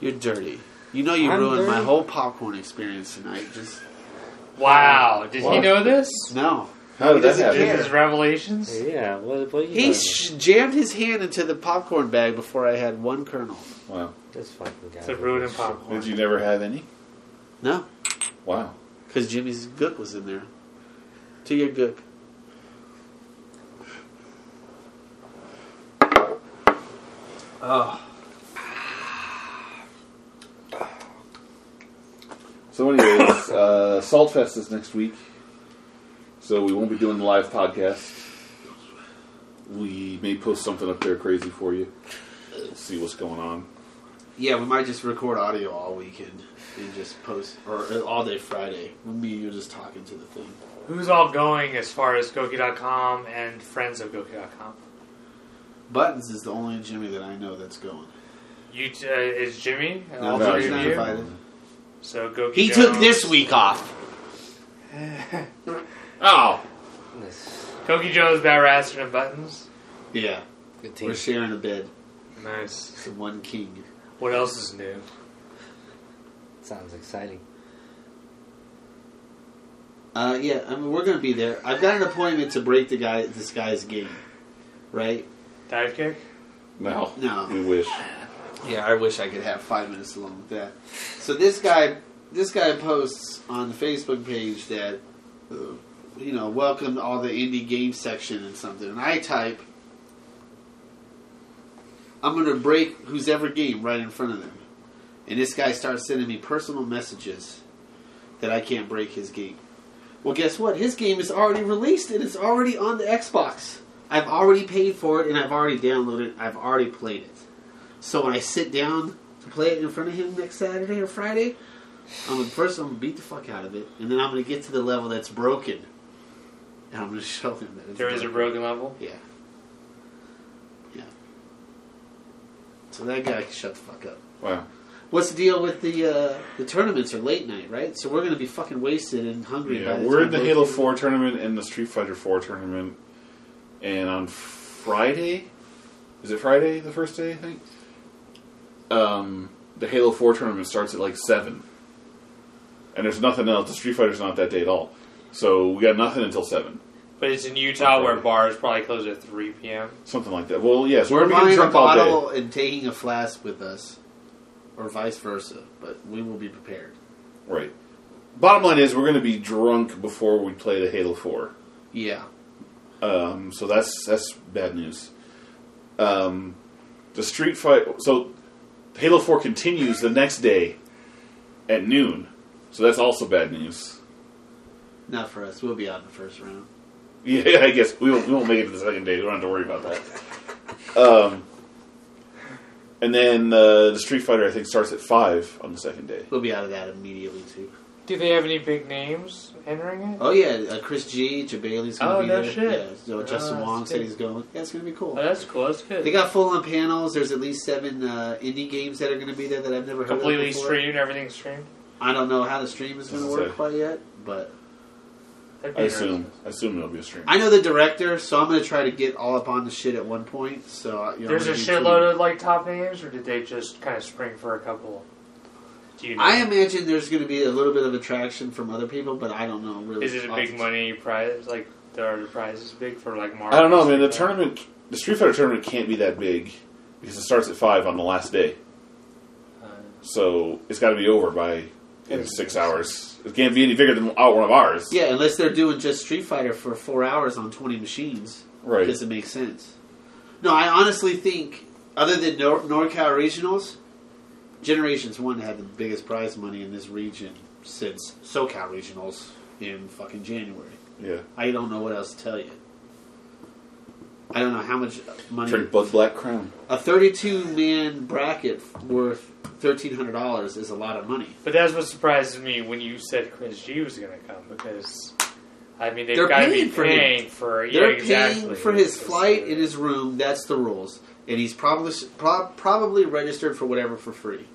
[SPEAKER 4] You're dirty. You know you
[SPEAKER 2] I'm
[SPEAKER 4] ruined my
[SPEAKER 2] dirty?
[SPEAKER 4] whole popcorn experience tonight. Just
[SPEAKER 3] Wow, did he
[SPEAKER 1] What?
[SPEAKER 3] know this?
[SPEAKER 4] no.
[SPEAKER 1] How
[SPEAKER 4] He
[SPEAKER 1] did that
[SPEAKER 4] doesn't
[SPEAKER 1] happen?
[SPEAKER 4] care.
[SPEAKER 3] This is revelations?
[SPEAKER 2] Yeah, what, what are you
[SPEAKER 4] He
[SPEAKER 2] doing?
[SPEAKER 4] sh- jammed his hand into the popcorn bag before I had one kernel.
[SPEAKER 1] Wow.
[SPEAKER 2] This fucking guy.
[SPEAKER 3] It's a ruin in popcorn.
[SPEAKER 1] Did you never have any?
[SPEAKER 4] No,
[SPEAKER 1] Wow.
[SPEAKER 4] because Jimmy's gook was in there. To your gook. Oh,
[SPEAKER 1] So, anyways, uh, Salt Fest is next week, so we won't be doing the live podcast. We may post something up there crazy for you. See what's going on.
[SPEAKER 4] yeah. We might just record audio all weekend and just post, or uh, all day Friday. Me and you just talking to the thing.
[SPEAKER 3] Who's all going as far as Goki.com and friends of Goki.com?
[SPEAKER 4] Buttons is the only Jimmy that I know that's going.
[SPEAKER 3] You t- uh, is Jimmy and
[SPEAKER 4] No,
[SPEAKER 3] all
[SPEAKER 1] no,
[SPEAKER 3] three
[SPEAKER 1] he's
[SPEAKER 3] of
[SPEAKER 1] not
[SPEAKER 3] you.
[SPEAKER 4] invited.
[SPEAKER 3] So Goki.
[SPEAKER 4] He
[SPEAKER 3] Jones,
[SPEAKER 4] took this week off.
[SPEAKER 1] Oh,
[SPEAKER 2] This-
[SPEAKER 3] Goki Jones, Bat Rastin, and Buttons.
[SPEAKER 4] Yeah,
[SPEAKER 2] Good team.
[SPEAKER 4] we're sharing a bed.
[SPEAKER 3] Nice.
[SPEAKER 4] It's the one king.
[SPEAKER 3] What else is new?
[SPEAKER 2] Sounds exciting.
[SPEAKER 4] Uh, yeah, I mean we're gonna be there. I've got an appointment to break the guy this guy's game, right?
[SPEAKER 3] Dive kick.
[SPEAKER 1] no.
[SPEAKER 4] No.
[SPEAKER 1] We wish.
[SPEAKER 4] Yeah, I wish I could have five minutes along with that. So this guy, this guy posts on the Facebook page that, uh, you know, welcome to all the indie game section and something. And I type, I'm gonna break who's ever game right in front of them, and this guy starts sending me personal messages that I can't break his game. Well, guess what? His game is already released and it's already on the Xbox. I've already paid for it and I've already downloaded it. I've already played it. So when I sit down to play it in front of him next Saturday or Friday, I'm gonna, first I'm gonna beat the fuck out of it, and then I'm gonna get to the level that's broken, and I'm gonna [LAUGHS] show him that it's
[SPEAKER 3] There is a broken level.
[SPEAKER 4] Yeah, yeah. So that guy can shut the fuck up.
[SPEAKER 1] Wow.
[SPEAKER 4] What's the deal with the uh, the tournaments are late night, right? So we're gonna be fucking wasted and hungry.
[SPEAKER 1] Yeah,
[SPEAKER 4] by the
[SPEAKER 1] we're
[SPEAKER 4] time
[SPEAKER 1] in the
[SPEAKER 4] those-
[SPEAKER 1] Halo Four tournament and the Street Fighter Four tournament, and on Friday, is it Friday the first day? I think. Um, the Halo Four tournament starts at like seven, and there's nothing else. The Street Fighter's not that day at all, so we got nothing until seven,
[SPEAKER 3] But it's in Utah where bars probably close at 3 p.m.
[SPEAKER 1] something like that. Well, yeah, so
[SPEAKER 4] We're
[SPEAKER 1] we're, gonna be
[SPEAKER 4] buying a
[SPEAKER 1] drunk all day.
[SPEAKER 4] bottle and taking a flask with us, or vice versa. But we will be prepared.
[SPEAKER 1] Right. Bottom line is we're gonna be drunk before we play the Halo Four.
[SPEAKER 4] Yeah.
[SPEAKER 1] Um, so that's that's bad news. Um, the Street Fight. So Halo 4 continues the next day at noon. So that's also bad news. [LAUGHS]
[SPEAKER 4] Not for us. We'll be out in the first round.
[SPEAKER 1] Yeah, I guess we won't, we won't make it to the second day. We don't have to worry about that. Um, and then uh, the Street Fighter, I think, starts at 5 on the second day.
[SPEAKER 4] We'll be out of that immediately too.
[SPEAKER 3] Do they have any big names entering it?
[SPEAKER 4] Oh yeah, uh, Chris G, Jabaley's gonna
[SPEAKER 3] Oh,
[SPEAKER 4] be
[SPEAKER 3] no
[SPEAKER 4] there.
[SPEAKER 3] shit.
[SPEAKER 4] Yeah, so
[SPEAKER 3] Oh,
[SPEAKER 4] Justin
[SPEAKER 3] that's
[SPEAKER 4] Wong said
[SPEAKER 3] good.
[SPEAKER 4] he's going. Yeah, it's gonna be cool.
[SPEAKER 3] Oh, that's cool. That's good.
[SPEAKER 4] They got full on panels. There's at least seven uh, indie games that are going to be there that I've never heard
[SPEAKER 3] completely
[SPEAKER 4] of before.
[SPEAKER 3] streamed. Everything's streamed.
[SPEAKER 4] I don't know how the stream is going to
[SPEAKER 1] Doesn't
[SPEAKER 4] work
[SPEAKER 1] say.
[SPEAKER 4] quite yet, but
[SPEAKER 3] That'd be
[SPEAKER 1] I assume,
[SPEAKER 3] interesting.
[SPEAKER 1] I assume it'll be a stream.
[SPEAKER 4] I know the director, so I'm going to try to get all up on the shit at one point. So uh, you know,
[SPEAKER 3] There's a
[SPEAKER 4] I'm gonna be
[SPEAKER 3] shitload of like top names, or did they just kind of spring for a couple? Do you
[SPEAKER 4] too-
[SPEAKER 3] know?
[SPEAKER 4] I imagine there's going to be a little bit of attraction from other people, but I don't know really.
[SPEAKER 3] Is it a big money prize? Like, are the prizes big for like Mario?
[SPEAKER 1] I don't know, man. The
[SPEAKER 3] Street Fighter?
[SPEAKER 1] tournament, the Street Fighter tournament can't be that big because it starts at 5 on the last day.
[SPEAKER 3] Uh,
[SPEAKER 1] So it's got to be over by in six hours. It can't be any bigger than out one of ours.
[SPEAKER 4] Yeah, unless they're doing just Street Fighter for four hours on 20 machines.
[SPEAKER 1] Right.
[SPEAKER 4] Does it make sense? No, I honestly think other than Nor- NorCal regionals, Generations One had the biggest prize money in this region since SoCal regionals in fucking January.
[SPEAKER 1] Yeah.
[SPEAKER 4] I don't know what else to tell you. I don't know how much money
[SPEAKER 1] Drink Bud Black Crown.
[SPEAKER 4] a 32 man bracket worth $1300 is a lot of money.
[SPEAKER 3] But that's what surprises me when you said Chris G was going to come because, I mean,
[SPEAKER 4] They're
[SPEAKER 3] they've got to
[SPEAKER 4] paying
[SPEAKER 3] be
[SPEAKER 4] for him.
[SPEAKER 3] paying for. yeah,
[SPEAKER 4] They're
[SPEAKER 3] exactly.
[SPEAKER 4] paying for his
[SPEAKER 3] It's
[SPEAKER 4] flight
[SPEAKER 3] like-
[SPEAKER 4] and his room. That's the rules. And he's probably prob- probably registered for whatever for free.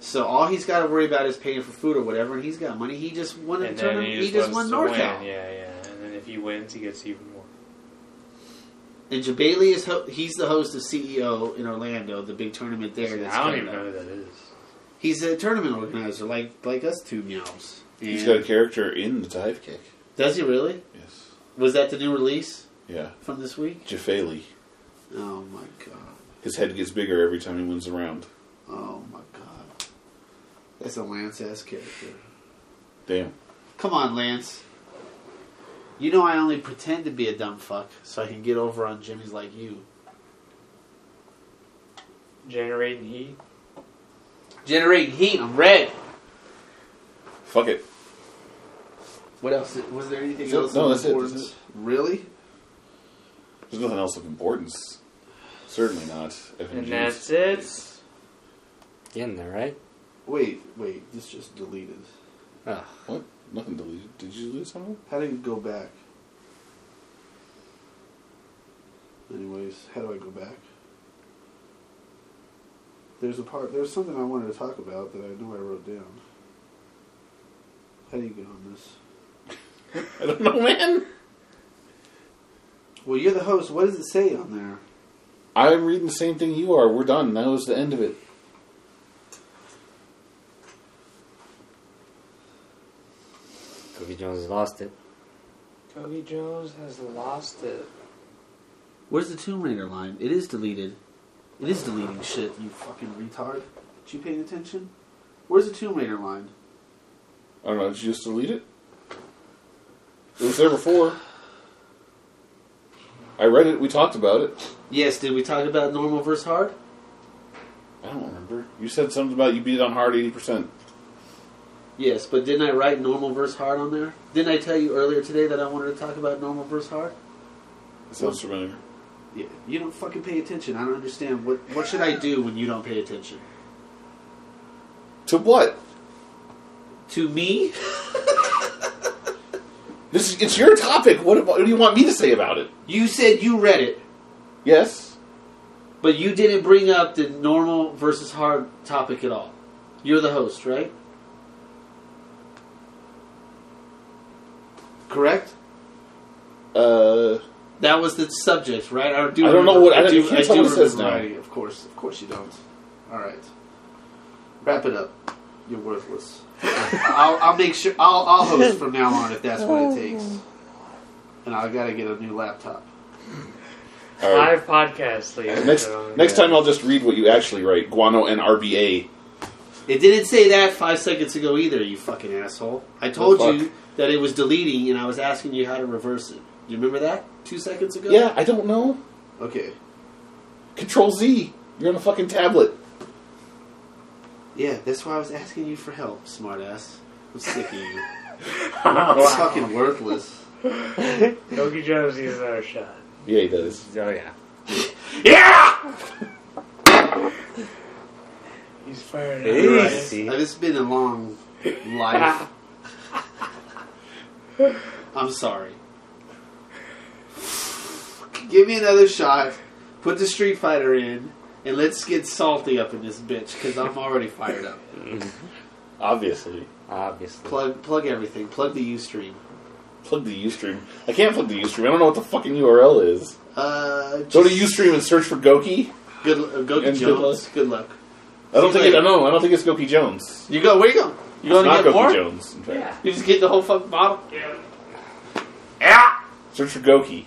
[SPEAKER 4] So all he's got to worry about is paying for food or whatever, and he's got money. He just won.
[SPEAKER 3] and
[SPEAKER 4] And turn
[SPEAKER 3] then
[SPEAKER 4] him,
[SPEAKER 3] he
[SPEAKER 4] he,
[SPEAKER 3] just,
[SPEAKER 4] just won
[SPEAKER 3] wants to
[SPEAKER 4] NorCal.
[SPEAKER 3] win. Yeah, yeah. And then if he wins, he gets even more.
[SPEAKER 4] And Jabali is ho- he's the host of CEO in Orlando, the big tournament there. That's
[SPEAKER 3] I don't
[SPEAKER 4] coming
[SPEAKER 3] even know who
[SPEAKER 4] up.
[SPEAKER 3] that is.
[SPEAKER 4] He's a tournament organizer, like like us two meows.
[SPEAKER 1] He's
[SPEAKER 4] And-
[SPEAKER 1] got a character in the dive kick.
[SPEAKER 4] does he really?
[SPEAKER 1] Yes.
[SPEAKER 4] Was that the new release
[SPEAKER 1] Yeah.
[SPEAKER 4] from this week?
[SPEAKER 1] Jafali.
[SPEAKER 4] Oh my god!
[SPEAKER 1] His head gets bigger every time he wins a round.
[SPEAKER 4] Oh my god! That's a Lance ass character.
[SPEAKER 1] Damn.
[SPEAKER 4] Come on, Lance. You know I only pretend to be a dumb fuck so I can get over on Jimmy's like you.
[SPEAKER 3] Generating heat.
[SPEAKER 4] Generating heat. I'm red.
[SPEAKER 1] Fuck it.
[SPEAKER 4] What else? Was there anything
[SPEAKER 1] So-
[SPEAKER 4] else?
[SPEAKER 1] no,
[SPEAKER 4] of
[SPEAKER 1] that's it, that's
[SPEAKER 4] importance?
[SPEAKER 1] it.
[SPEAKER 4] Really?
[SPEAKER 1] There's nothing else of importance. Certainly not.
[SPEAKER 3] And
[SPEAKER 1] FNGs.
[SPEAKER 3] that's it.
[SPEAKER 2] In there, right?
[SPEAKER 4] Wait, wait. This just deleted.
[SPEAKER 2] Oh,
[SPEAKER 1] What? Nothing deleted. Did you lose something?
[SPEAKER 4] How do you go back? Anyways, how do I go back? There's a part. There's something I wanted to talk about that I know I wrote down. How do you get on this?
[SPEAKER 1] I don't know, man.
[SPEAKER 4] Well, you're the host. What does it say on there?
[SPEAKER 1] I'm reading the same thing you are. We're done. That was the end of it.
[SPEAKER 2] Cookie Jones has lost it.
[SPEAKER 3] Cody Jones has lost it.
[SPEAKER 4] Where's the Tomb Raider line? It is deleted. It is deleting shit, you fucking retard. Aren't you paying attention? Where's the Tomb Raider line?
[SPEAKER 1] I don't know. Did you just delete it? It was there before. I read it. We talked about it.
[SPEAKER 4] Yes, did we talk about normal versus hard?
[SPEAKER 1] I don't remember. You said something about you beat it on hard 80%.
[SPEAKER 4] Yes, but didn't I write normal versus hard on there? Didn't I tell you earlier today that I wanted to talk about normal versus hard?
[SPEAKER 1] It sounds familiar.
[SPEAKER 4] Yeah. You don't fucking pay attention. I don't understand. What what should I do when you don't pay attention?
[SPEAKER 1] To what?
[SPEAKER 4] To me? [LAUGHS]
[SPEAKER 1] This is, it's your topic. What, what do you want me to say about it?
[SPEAKER 4] You said you read it,
[SPEAKER 1] Yes.
[SPEAKER 4] but you didn't bring up the normal versus hard topic at all. You're the host, right? Correct?
[SPEAKER 1] Uh,
[SPEAKER 4] That was the subject, right? I, do
[SPEAKER 1] I don't know
[SPEAKER 4] remember-
[SPEAKER 1] what- I
[SPEAKER 4] I
[SPEAKER 1] don't-
[SPEAKER 4] do.
[SPEAKER 1] you
[SPEAKER 4] I
[SPEAKER 1] can't
[SPEAKER 4] do
[SPEAKER 1] tell what it
[SPEAKER 4] remember
[SPEAKER 1] says now.
[SPEAKER 4] writing it, Of course, of course you don't. All right, wrap it up. You're worthless. I'll, I'll make sure. I'll, I'll host from now on if that's what it takes. And I gotta get a new laptop.
[SPEAKER 1] all right.
[SPEAKER 3] Five podcasts later.
[SPEAKER 1] Next,
[SPEAKER 3] so-
[SPEAKER 1] next time I'll just read what you actually write. Guano and RBA.
[SPEAKER 4] It didn't say that five seconds ago either. You fucking asshole. I told
[SPEAKER 1] Oh, fuck.
[SPEAKER 4] you that it was deleting, and I was asking you how to reverse it. Do you remember that two seconds ago?
[SPEAKER 1] Yeah, I don't know.
[SPEAKER 4] Okay.
[SPEAKER 1] Control Z. You're on a fucking tablet.
[SPEAKER 4] Yeah, that's why I was asking you for help, smartass. I'm sick of you. It's
[SPEAKER 3] wow.
[SPEAKER 4] fucking worthless.
[SPEAKER 3] Yogi Jones needs another shot.
[SPEAKER 1] Yeah, he does.
[SPEAKER 2] Oh yeah.
[SPEAKER 3] Yeah! He's fired
[SPEAKER 2] Hey.
[SPEAKER 3] up.
[SPEAKER 2] Right.
[SPEAKER 4] It's- It's been a long life. [LAUGHS] I'm sorry. Give me another shot. Put the Street Fighter in, and let's get salty up in this bitch because I'm already fired up.
[SPEAKER 1] Obviously.
[SPEAKER 2] Obviously.
[SPEAKER 4] Plug, plug everything. Plug the UStream.
[SPEAKER 1] Plug the Ustream. I can't plug the Ustream. I don't know what the fucking URL is.
[SPEAKER 4] Uh,
[SPEAKER 1] Go to Ustream and search for Goki.
[SPEAKER 4] good. Uh, go to
[SPEAKER 1] And good
[SPEAKER 4] Jones. Good luck.
[SPEAKER 1] I don't
[SPEAKER 4] Seems
[SPEAKER 1] think it,
[SPEAKER 4] like-
[SPEAKER 1] no, I don't think it's Goki Jones.
[SPEAKER 4] You go. Where you going?
[SPEAKER 1] It's
[SPEAKER 4] You going to
[SPEAKER 1] not
[SPEAKER 4] get
[SPEAKER 1] Goki
[SPEAKER 4] more?
[SPEAKER 1] Jones. In fact,
[SPEAKER 3] Yeah.
[SPEAKER 4] You just get the whole fucking bottle.
[SPEAKER 3] Yeah. Yeah!
[SPEAKER 1] search for Goki.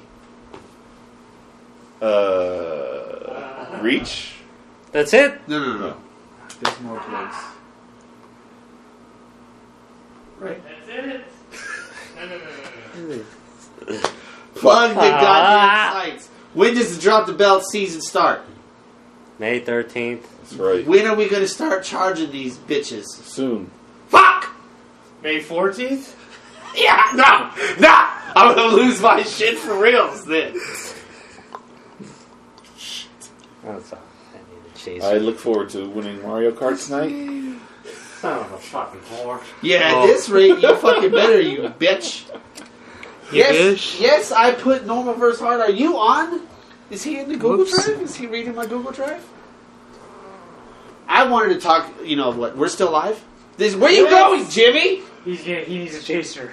[SPEAKER 1] Uh,
[SPEAKER 3] Uh-huh.
[SPEAKER 1] reach.
[SPEAKER 2] That's it.
[SPEAKER 4] No, no, no.
[SPEAKER 1] No.
[SPEAKER 4] There's more plugs. Right.
[SPEAKER 3] That's it. No, no, no, no, no.
[SPEAKER 4] Plug the
[SPEAKER 2] Ah.
[SPEAKER 4] goddamn sites. When does the drop the belt season start?
[SPEAKER 2] May thirteenth.
[SPEAKER 1] That's right.
[SPEAKER 4] When are we gonna start charging these bitches?
[SPEAKER 1] Soon.
[SPEAKER 4] Fuck!
[SPEAKER 3] May 14th?
[SPEAKER 4] Yeah, no, no! I'm gonna lose my shit for reals then.
[SPEAKER 2] That's all. I need to chase.
[SPEAKER 1] I look forward to winning Mario Kart tonight.
[SPEAKER 3] Son of a fucking whore.
[SPEAKER 4] Yeah,
[SPEAKER 2] Oh.
[SPEAKER 4] at this rate, you fucking better, you bitch. yes,
[SPEAKER 3] bitch.
[SPEAKER 4] yes, I put normal verse hard. Are you on? Is he in the Google Drive? Is he reading my Google Drive? I wanted to talk. You know what? We're still live. This, where you
[SPEAKER 3] Yes.
[SPEAKER 4] going, Jimmy?
[SPEAKER 3] He's gonna, he needs a chaser.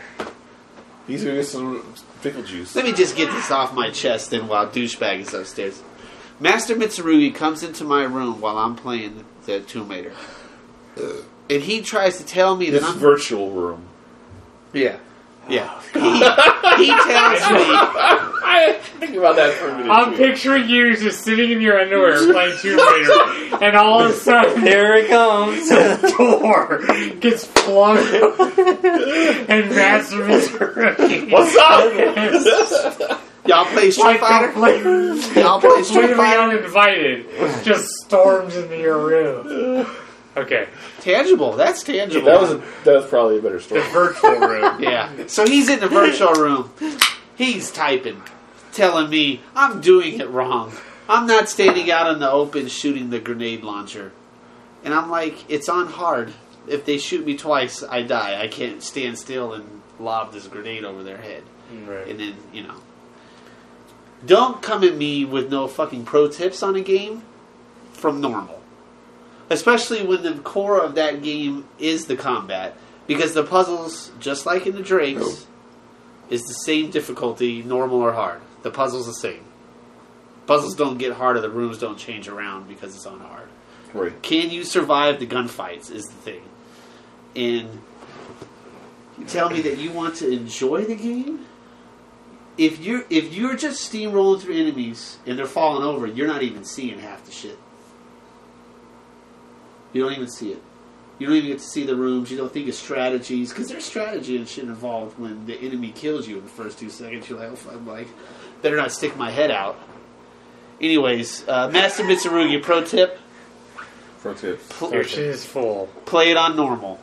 [SPEAKER 1] He's gonna get some pickle juice.
[SPEAKER 4] Let me just get this off my chest then while douchebag is upstairs. Master Mitsurugi comes into my room while I'm playing the Tomb Raider. And he tries to tell me that
[SPEAKER 1] This
[SPEAKER 4] I'm
[SPEAKER 1] virtual room.
[SPEAKER 4] Yeah. Yeah. He, he tells me [LAUGHS]
[SPEAKER 1] I think about that for a minute.
[SPEAKER 3] I'm
[SPEAKER 1] too.
[SPEAKER 3] picturing you just sitting in your underwear playing Tomb Raider, and all of a sudden
[SPEAKER 2] Here it comes.
[SPEAKER 3] the door gets flung and Master Mitsurugi.
[SPEAKER 1] What's up?
[SPEAKER 4] Y'all play Street
[SPEAKER 3] Like that
[SPEAKER 4] Fighter?
[SPEAKER 3] player,
[SPEAKER 4] [LAUGHS] Y'all play Street
[SPEAKER 3] completely
[SPEAKER 4] Fighter?
[SPEAKER 3] uninvited, just storms into your room. Okay,
[SPEAKER 4] Tangible. That's tangible.
[SPEAKER 1] That was a, that was probably a better [LAUGHS]
[SPEAKER 3] the
[SPEAKER 1] story.
[SPEAKER 3] virtual room.
[SPEAKER 4] yeah. So he's in the virtual room. He's typing, telling me I'm doing it wrong. I'm not standing out in the open shooting the grenade launcher. And I'm like, it's on hard. If they shoot me twice, I die. I can't stand still and lob this grenade over their head.
[SPEAKER 3] Right.
[SPEAKER 4] And then, you know. Don't come at me with no fucking pro tips on a game from normal. Especially when the core of that game is the combat. Because the puzzles, just like in the Drakes,
[SPEAKER 1] Oh.
[SPEAKER 4] is the same difficulty, normal or hard. The puzzle's the same. Puzzles don't get harder, the rooms don't change around because it's on hard.
[SPEAKER 1] Right.
[SPEAKER 4] Can you survive the gunfights is the thing. And you tell me that you want to enjoy the game? If you're if you're just steamrolling through enemies and they're falling over, you're not even seeing half the shit. You don't even see it. You don't even get to see the rooms. You don't think of strategies because there's strategy and shit involved when the enemy kills you in the first two seconds. You're like, oh, fuck, I'm like, better not stick my head out. Anyways, uh, Master Mitsurugi, pro tip:
[SPEAKER 1] Pro tips.
[SPEAKER 4] pl-
[SPEAKER 3] Your shit is full.
[SPEAKER 4] Play it on normal.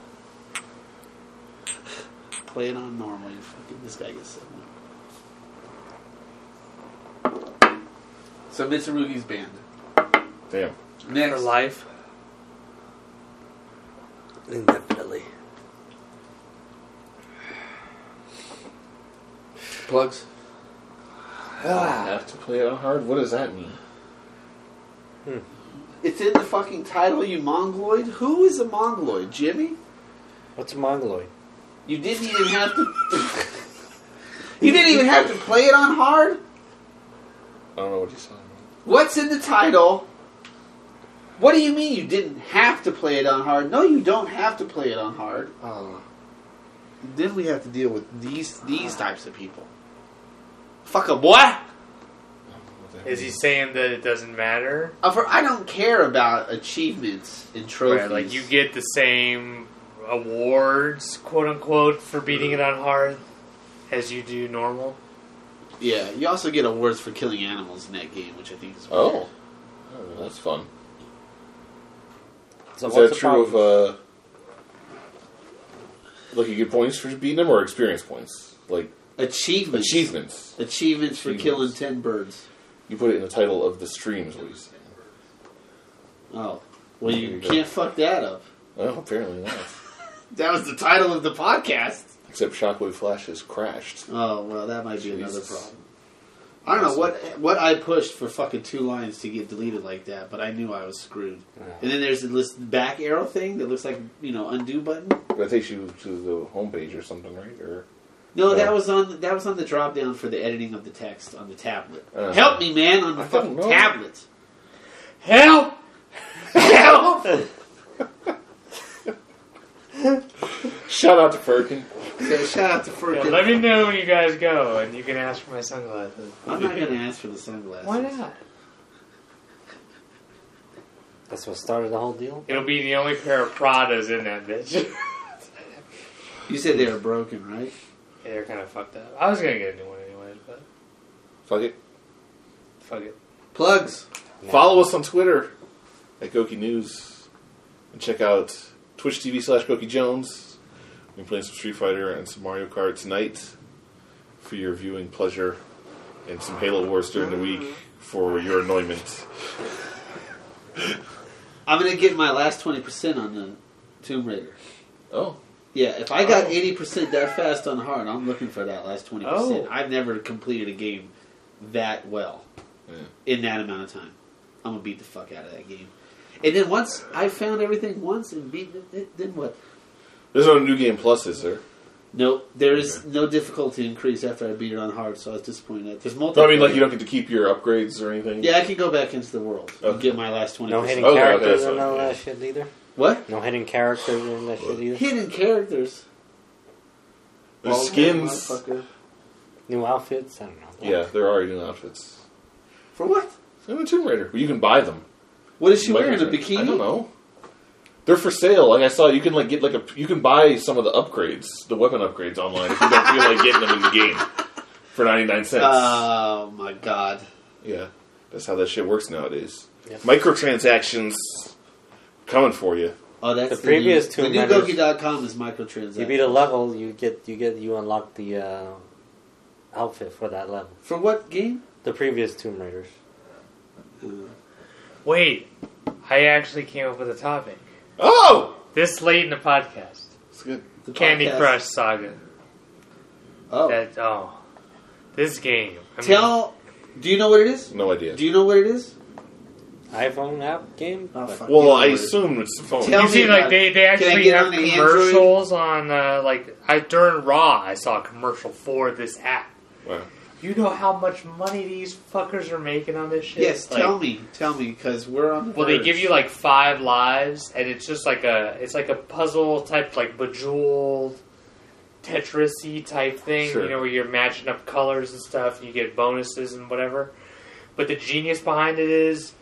[SPEAKER 4] Play it on normal. You fucking this guy gets sick. So Mitsurugi's banned.
[SPEAKER 1] Damn.
[SPEAKER 4] Next,
[SPEAKER 3] life.
[SPEAKER 2] Indefinitely.
[SPEAKER 4] plugs.
[SPEAKER 1] Ah, have to play it on hard. What does that mean?
[SPEAKER 4] It's in the fucking title, you mongoloid. Who is a mongoloid, Jimmy?
[SPEAKER 2] What's a mongoloid?
[SPEAKER 4] You didn't even have to. [LAUGHS] you didn't even have to play it on hard.
[SPEAKER 1] I don't know what you saw. man.
[SPEAKER 4] What's in the title? What do you mean you didn't have to play it on hard? No, you don't have to play it on hard. Oh. Then we have to deal with these these types of people. Fuck a boy.
[SPEAKER 1] I don't know what that
[SPEAKER 3] Is he
[SPEAKER 1] means.
[SPEAKER 3] saying that it doesn't matter?
[SPEAKER 4] Uh, for- I don't care about achievements and trophies.
[SPEAKER 3] Right, like you get the same awards, quote unquote, for beating it on hard as you do normal.
[SPEAKER 4] yeah. You also get awards for killing Oh. animals in that game, which I think is
[SPEAKER 1] Oh. oh, that's fun.
[SPEAKER 2] So
[SPEAKER 1] Is
[SPEAKER 2] what's
[SPEAKER 1] that
[SPEAKER 2] the
[SPEAKER 1] true of uh,
[SPEAKER 2] problem?
[SPEAKER 1] like you get points for beating them or experience points? Like
[SPEAKER 4] Achievements.
[SPEAKER 1] achievements.
[SPEAKER 4] Achievements for
[SPEAKER 1] Achievements.
[SPEAKER 4] killing ten birds.
[SPEAKER 1] You put it in the title of the stream is what you said.
[SPEAKER 4] Oh. Well,
[SPEAKER 1] There
[SPEAKER 4] you
[SPEAKER 1] you go.
[SPEAKER 4] can't fuck that up.
[SPEAKER 1] Well, apparently not.
[SPEAKER 4] That was the title of the podcast.
[SPEAKER 1] Except Shockwave Flash has crashed.
[SPEAKER 4] Oh, well, that might be another
[SPEAKER 1] Jesus.
[SPEAKER 4] problem. I don't know what what I pushed for fucking two lines to get deleted like that, but I knew I was screwed. And then there's this back arrow thing that looks like, you know, undo button.
[SPEAKER 1] That takes you to the homepage or something, right? Or [LAUGHS]
[SPEAKER 4] No, that
[SPEAKER 1] No.
[SPEAKER 4] was on that was on the drop down for the editing of the text on the tablet.
[SPEAKER 1] Uh.
[SPEAKER 4] Help me, man, on the
[SPEAKER 1] I don't
[SPEAKER 4] fucking
[SPEAKER 1] know.
[SPEAKER 4] tablet.
[SPEAKER 3] Help!
[SPEAKER 4] [LAUGHS] Help!
[SPEAKER 1] shout out to Furkin.
[SPEAKER 4] so shout out to
[SPEAKER 3] Yeah,
[SPEAKER 4] Furkin.
[SPEAKER 3] let me know when you guys go, and you can ask for my sunglasses.
[SPEAKER 4] I'm not [LAUGHS] gonna ask for the sunglasses.
[SPEAKER 3] Why not?
[SPEAKER 1] uh,
[SPEAKER 2] That's what started the whole deal.
[SPEAKER 3] It'll be the only pair of Pradas in that bitch. [LAUGHS]
[SPEAKER 4] You said they were broken, right?
[SPEAKER 3] Yeah, They're kind of fucked up. I was gonna get a new one anyways, but
[SPEAKER 1] Fuck it.
[SPEAKER 3] fuck it.
[SPEAKER 4] Plugs.
[SPEAKER 2] No.
[SPEAKER 1] Follow us on Twitter at Goki News and check out Twitch TV slash Goki Jones. We're playing some Street Fighter and some Mario Kart tonight for your viewing pleasure and some Halo Wars during the week for your annoyment.
[SPEAKER 4] I'm gonna get my last twenty percent on the Tomb Raider.
[SPEAKER 1] Oh,
[SPEAKER 4] Yeah, if I got eighty percent that fast on hard, I'm looking for that last twenty percent.
[SPEAKER 3] Oh.
[SPEAKER 4] I've never completed a game that well
[SPEAKER 1] Yeah.
[SPEAKER 4] in that amount of time. I'm gonna beat the fuck out of that game. And then once I found everything once and beat it, it, then what?
[SPEAKER 1] there's no new game plus, is there?
[SPEAKER 4] Nope, there is no difficulty increase after I beat it on hard, so I was disappointed. There's multiple.
[SPEAKER 1] No, I mean like you don't get to keep your upgrades or anything.
[SPEAKER 4] Yeah, I could go back into the world and
[SPEAKER 1] Okay.
[SPEAKER 4] get my last twenty.
[SPEAKER 2] No hidden
[SPEAKER 1] Okay, okay,
[SPEAKER 2] characters
[SPEAKER 1] so,
[SPEAKER 2] and all
[SPEAKER 1] yeah.
[SPEAKER 2] that shit either.
[SPEAKER 4] What?
[SPEAKER 2] No hidden characters and that shit either.
[SPEAKER 4] Hidden characters.
[SPEAKER 1] There's
[SPEAKER 4] Bald head,
[SPEAKER 1] skins.
[SPEAKER 4] motherfucker.
[SPEAKER 2] New outfits. I don't know.
[SPEAKER 1] Yeah, there are new outfits.
[SPEAKER 4] For what?
[SPEAKER 1] Same with Tomb Raider. Well, you can buy them.
[SPEAKER 4] What is she
[SPEAKER 1] Like,
[SPEAKER 4] wearing? A
[SPEAKER 1] I
[SPEAKER 4] bikini?
[SPEAKER 1] don't know. They're for sale. Like I saw, you can like get like a you can buy some of the upgrades, the weapon upgrades online if you don't feel like getting them in the game for ninety nine cents.
[SPEAKER 4] Oh my god.
[SPEAKER 1] yeah, that's how that shit works nowadays.
[SPEAKER 2] Yep.
[SPEAKER 1] Microtransactions coming for you.
[SPEAKER 4] Oh, that's
[SPEAKER 2] The previous
[SPEAKER 4] new,
[SPEAKER 2] Tomb
[SPEAKER 4] the new
[SPEAKER 2] Raiders-
[SPEAKER 4] Goki.com is microtransactions.
[SPEAKER 2] You beat a level, you get you get you unlock the uh, outfit for that level.
[SPEAKER 4] For what game?
[SPEAKER 2] The previous Tomb Raiders.
[SPEAKER 3] Wait, I actually came up with a topic
[SPEAKER 1] Oh,
[SPEAKER 3] this late in the podcast.
[SPEAKER 1] it's good.
[SPEAKER 4] The
[SPEAKER 3] Candy
[SPEAKER 4] podcast.
[SPEAKER 3] Crush Saga.
[SPEAKER 4] Oh,
[SPEAKER 3] That oh, this game. I mean,
[SPEAKER 4] tell. Do you know what it is?
[SPEAKER 1] No idea.
[SPEAKER 4] Do you know what it is?
[SPEAKER 2] iPhone app game.
[SPEAKER 4] Oh, fuck
[SPEAKER 1] well,
[SPEAKER 4] you,
[SPEAKER 1] I
[SPEAKER 4] Lord.
[SPEAKER 1] assume it's phone.
[SPEAKER 4] Tell-
[SPEAKER 3] you see,
[SPEAKER 4] me
[SPEAKER 3] like
[SPEAKER 4] about
[SPEAKER 3] they, they
[SPEAKER 4] I
[SPEAKER 3] actually
[SPEAKER 4] get
[SPEAKER 3] have
[SPEAKER 4] on the Android?
[SPEAKER 3] commercials on uh, like I during Raw. I saw a commercial for this app.
[SPEAKER 1] Wow.
[SPEAKER 3] You know how much money these fuckers are making on this shit?
[SPEAKER 4] Yes,
[SPEAKER 3] Like,
[SPEAKER 4] tell me, tell me, because we're on. The
[SPEAKER 3] Well, they
[SPEAKER 4] verge.
[SPEAKER 3] give you like five lives, and it's just like a it's like a puzzle type, like bejeweled Tetrisy type thing.
[SPEAKER 1] Sure.
[SPEAKER 3] You know, where you're matching up colors and stuff, and you get bonuses and whatever. But the genius behind it is,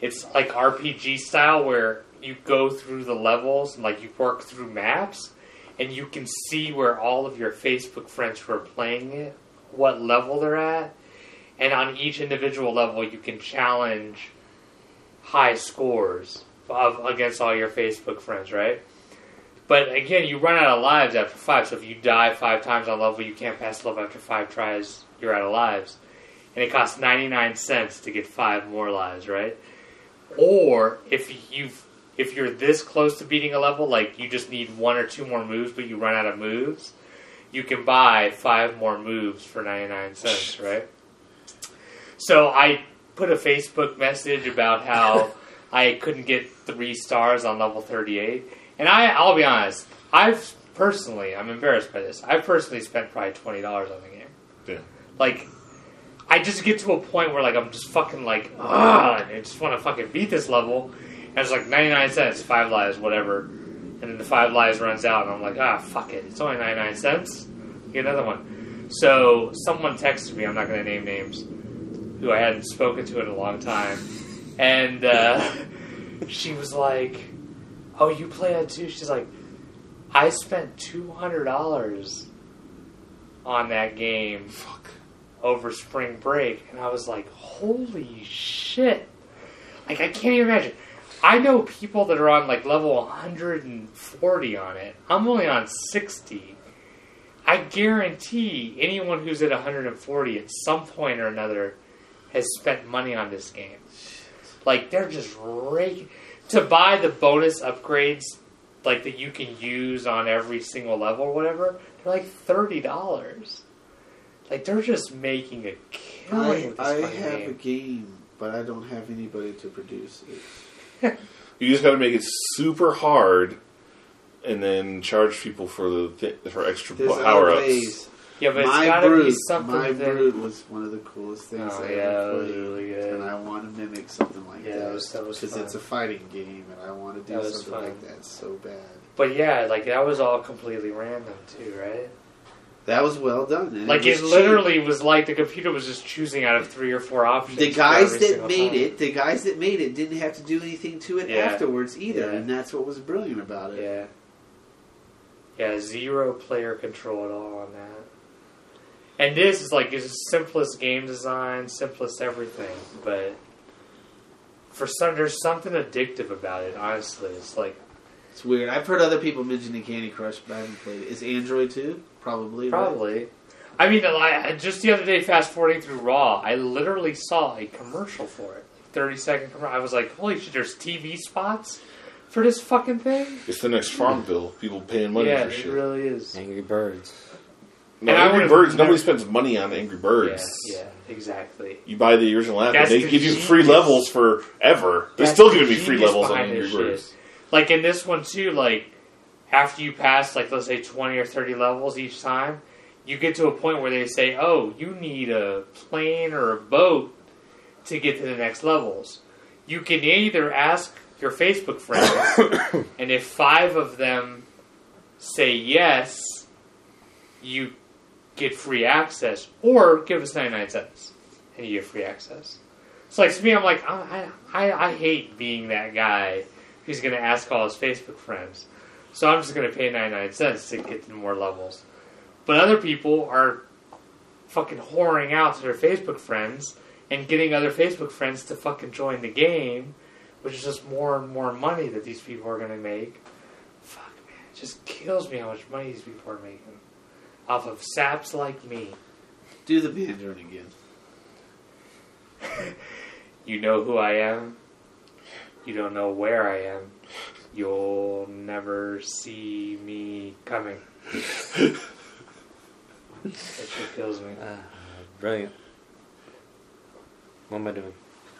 [SPEAKER 3] it's like RPG style where you go through the levels and like you work through maps, and you can see where all of your Facebook friends who are playing it, what level they're at, and on each individual level you can challenge high scores of, against all your Facebook friends, right? But again, you run out of lives after five. So if you die five times on level, you can't pass the level after five tries. You're out of lives, and it costs ninety nine cents to get five more lives, right? Or if you if you're this close to beating a level, like you just need one or two more moves, but you run out of moves, you can buy five more moves for ninety nine cents, right? So I put a Facebook message about how I couldn't get three stars on level 38. And I, I'll be honest, I've personally, I'm embarrassed by this. I personally spent probably twenty dollars on the game.
[SPEAKER 1] Yeah.
[SPEAKER 3] Like, I just get to a point where like I'm just fucking like, ah, I just want to fucking beat this level. And it's like ninety nine cents, five lives, whatever. And then the five lives runs out, and I'm like, ah, fuck it, it's only ninety nine cents. Get another one. So someone texted me. I'm not going to name names who I hadn't spoken to in a long time, and uh, [LAUGHS] she was like, "Oh, you play that too?" She's like, "I spent two hundred dollars on that game
[SPEAKER 1] Fuck.
[SPEAKER 3] over spring break," and I was like, "Holy shit!" Like I can't even imagine. I know people that are on like level 140 on it. I'm only on 60. I guarantee anyone who's at 140 at some point or another has spent money on this game. Like they're just rake to buy the bonus upgrades like that you can use on every single level or whatever. They're like thirty dollars. Like they're just making a killing.
[SPEAKER 4] I,
[SPEAKER 3] with this
[SPEAKER 4] I
[SPEAKER 3] fucking
[SPEAKER 4] have
[SPEAKER 3] game.
[SPEAKER 4] a game, but I don't have anybody to produce it.
[SPEAKER 1] You just got to make it super hard, and then charge people for the thi- for extra
[SPEAKER 4] There's
[SPEAKER 1] power
[SPEAKER 4] other
[SPEAKER 1] ups.
[SPEAKER 4] ways.
[SPEAKER 3] Yeah, but it's
[SPEAKER 4] My
[SPEAKER 3] gotta
[SPEAKER 4] Brute,
[SPEAKER 3] be something
[SPEAKER 4] My
[SPEAKER 3] that.
[SPEAKER 4] Brute was one of the coolest things
[SPEAKER 3] Oh,
[SPEAKER 4] I
[SPEAKER 3] yeah, that
[SPEAKER 4] ever
[SPEAKER 3] was
[SPEAKER 4] played,
[SPEAKER 3] really good.
[SPEAKER 4] and I want to mimic something like
[SPEAKER 3] Yeah,
[SPEAKER 4] that
[SPEAKER 3] that was- that was
[SPEAKER 4] it's a
[SPEAKER 3] fun.
[SPEAKER 4] fighting game, and I want to
[SPEAKER 3] That
[SPEAKER 4] do
[SPEAKER 3] was
[SPEAKER 4] something
[SPEAKER 3] fun.
[SPEAKER 4] like that so bad.
[SPEAKER 3] But yeah, like that was all completely random too, right?
[SPEAKER 4] That was well done. and
[SPEAKER 3] Like it,
[SPEAKER 4] was cheap.
[SPEAKER 3] literally was like the computer was just choosing out of three or four options.
[SPEAKER 4] The
[SPEAKER 3] for
[SPEAKER 4] guys
[SPEAKER 3] every
[SPEAKER 4] that
[SPEAKER 3] single
[SPEAKER 4] made
[SPEAKER 3] time.
[SPEAKER 4] it, the guys that made it, didn't have to do anything to it
[SPEAKER 3] Yeah.
[SPEAKER 4] afterwards either,
[SPEAKER 3] Yeah.
[SPEAKER 4] and that's what was brilliant about it.
[SPEAKER 3] Yeah. Yeah, zero player control at all on that. And this is like it's the simplest game design, simplest everything, but for some there's something addictive about it, honestly. It's like
[SPEAKER 4] It's weird. I've heard other people mentioning Candy Crush, but I haven't played it. Is Android too? Probably. right?
[SPEAKER 3] probably I mean, I, I- just the other day, fast forwarding through Raw, I literally saw a commercial for it, thirty second commercial. I was like, "Holy shit!" There's TV spots for this fucking thing.
[SPEAKER 1] It's the next farm bill. People paying money
[SPEAKER 3] yeah,
[SPEAKER 1] for
[SPEAKER 3] it
[SPEAKER 1] shit.
[SPEAKER 3] really is.
[SPEAKER 2] Angry Birds.
[SPEAKER 1] No,
[SPEAKER 3] And I
[SPEAKER 1] Angry
[SPEAKER 3] would've
[SPEAKER 1] Birds.
[SPEAKER 3] never-
[SPEAKER 1] Nobody spends money on Angry Birds.
[SPEAKER 3] Yeah, yeah, exactly.
[SPEAKER 1] You buy the original app, and
[SPEAKER 3] That's
[SPEAKER 1] they
[SPEAKER 3] the
[SPEAKER 1] give you free
[SPEAKER 3] genius.
[SPEAKER 1] levels forever. They're
[SPEAKER 3] That's
[SPEAKER 1] still
[SPEAKER 3] the
[SPEAKER 1] giving me free
[SPEAKER 3] genius
[SPEAKER 1] levels on
[SPEAKER 3] behind
[SPEAKER 1] Angry
[SPEAKER 3] this shit.
[SPEAKER 1] Birds.
[SPEAKER 3] Like in this one too, like after you pass like let's say twenty or thirty levels each time, you get to a point where they say, "Oh, you need a plane or a boat to get to the next levels." You can either ask your
[SPEAKER 1] [COUGHS]
[SPEAKER 3] Facebook friends, and if five of them say yes, you get free access, or give us ninety nine cents and you get free access. So like to me, I'm like I I, I hate being that guy who's gonna ask all his Facebook friends. So I'm just gonna pay 99 cents to get to more levels. But other people are fucking whoring out to their Facebook friends and getting other Facebook friends to fucking join the game, which is just more and more money that these people are gonna make. Fuck man, it just kills me how much money these people are making off of saps like me.
[SPEAKER 4] Do the Mandarin again.
[SPEAKER 3] You know who I am. You don't know where I am. You'll never see me coming. that shit kills me.
[SPEAKER 2] Uh, brilliant. What am I doing?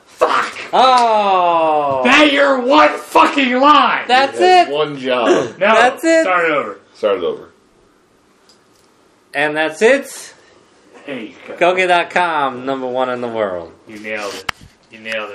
[SPEAKER 3] Fuck!
[SPEAKER 2] Oh!
[SPEAKER 3] That your one fucking line!
[SPEAKER 2] that's
[SPEAKER 1] You have
[SPEAKER 2] it!
[SPEAKER 1] One
[SPEAKER 3] [LAUGHS]
[SPEAKER 1] job.
[SPEAKER 3] no,
[SPEAKER 2] that's it.
[SPEAKER 3] Start over.
[SPEAKER 1] Start it over.
[SPEAKER 2] And that's it!
[SPEAKER 3] There you go.
[SPEAKER 2] Goge.com, number one in the world.
[SPEAKER 3] You nailed it. You nailed it.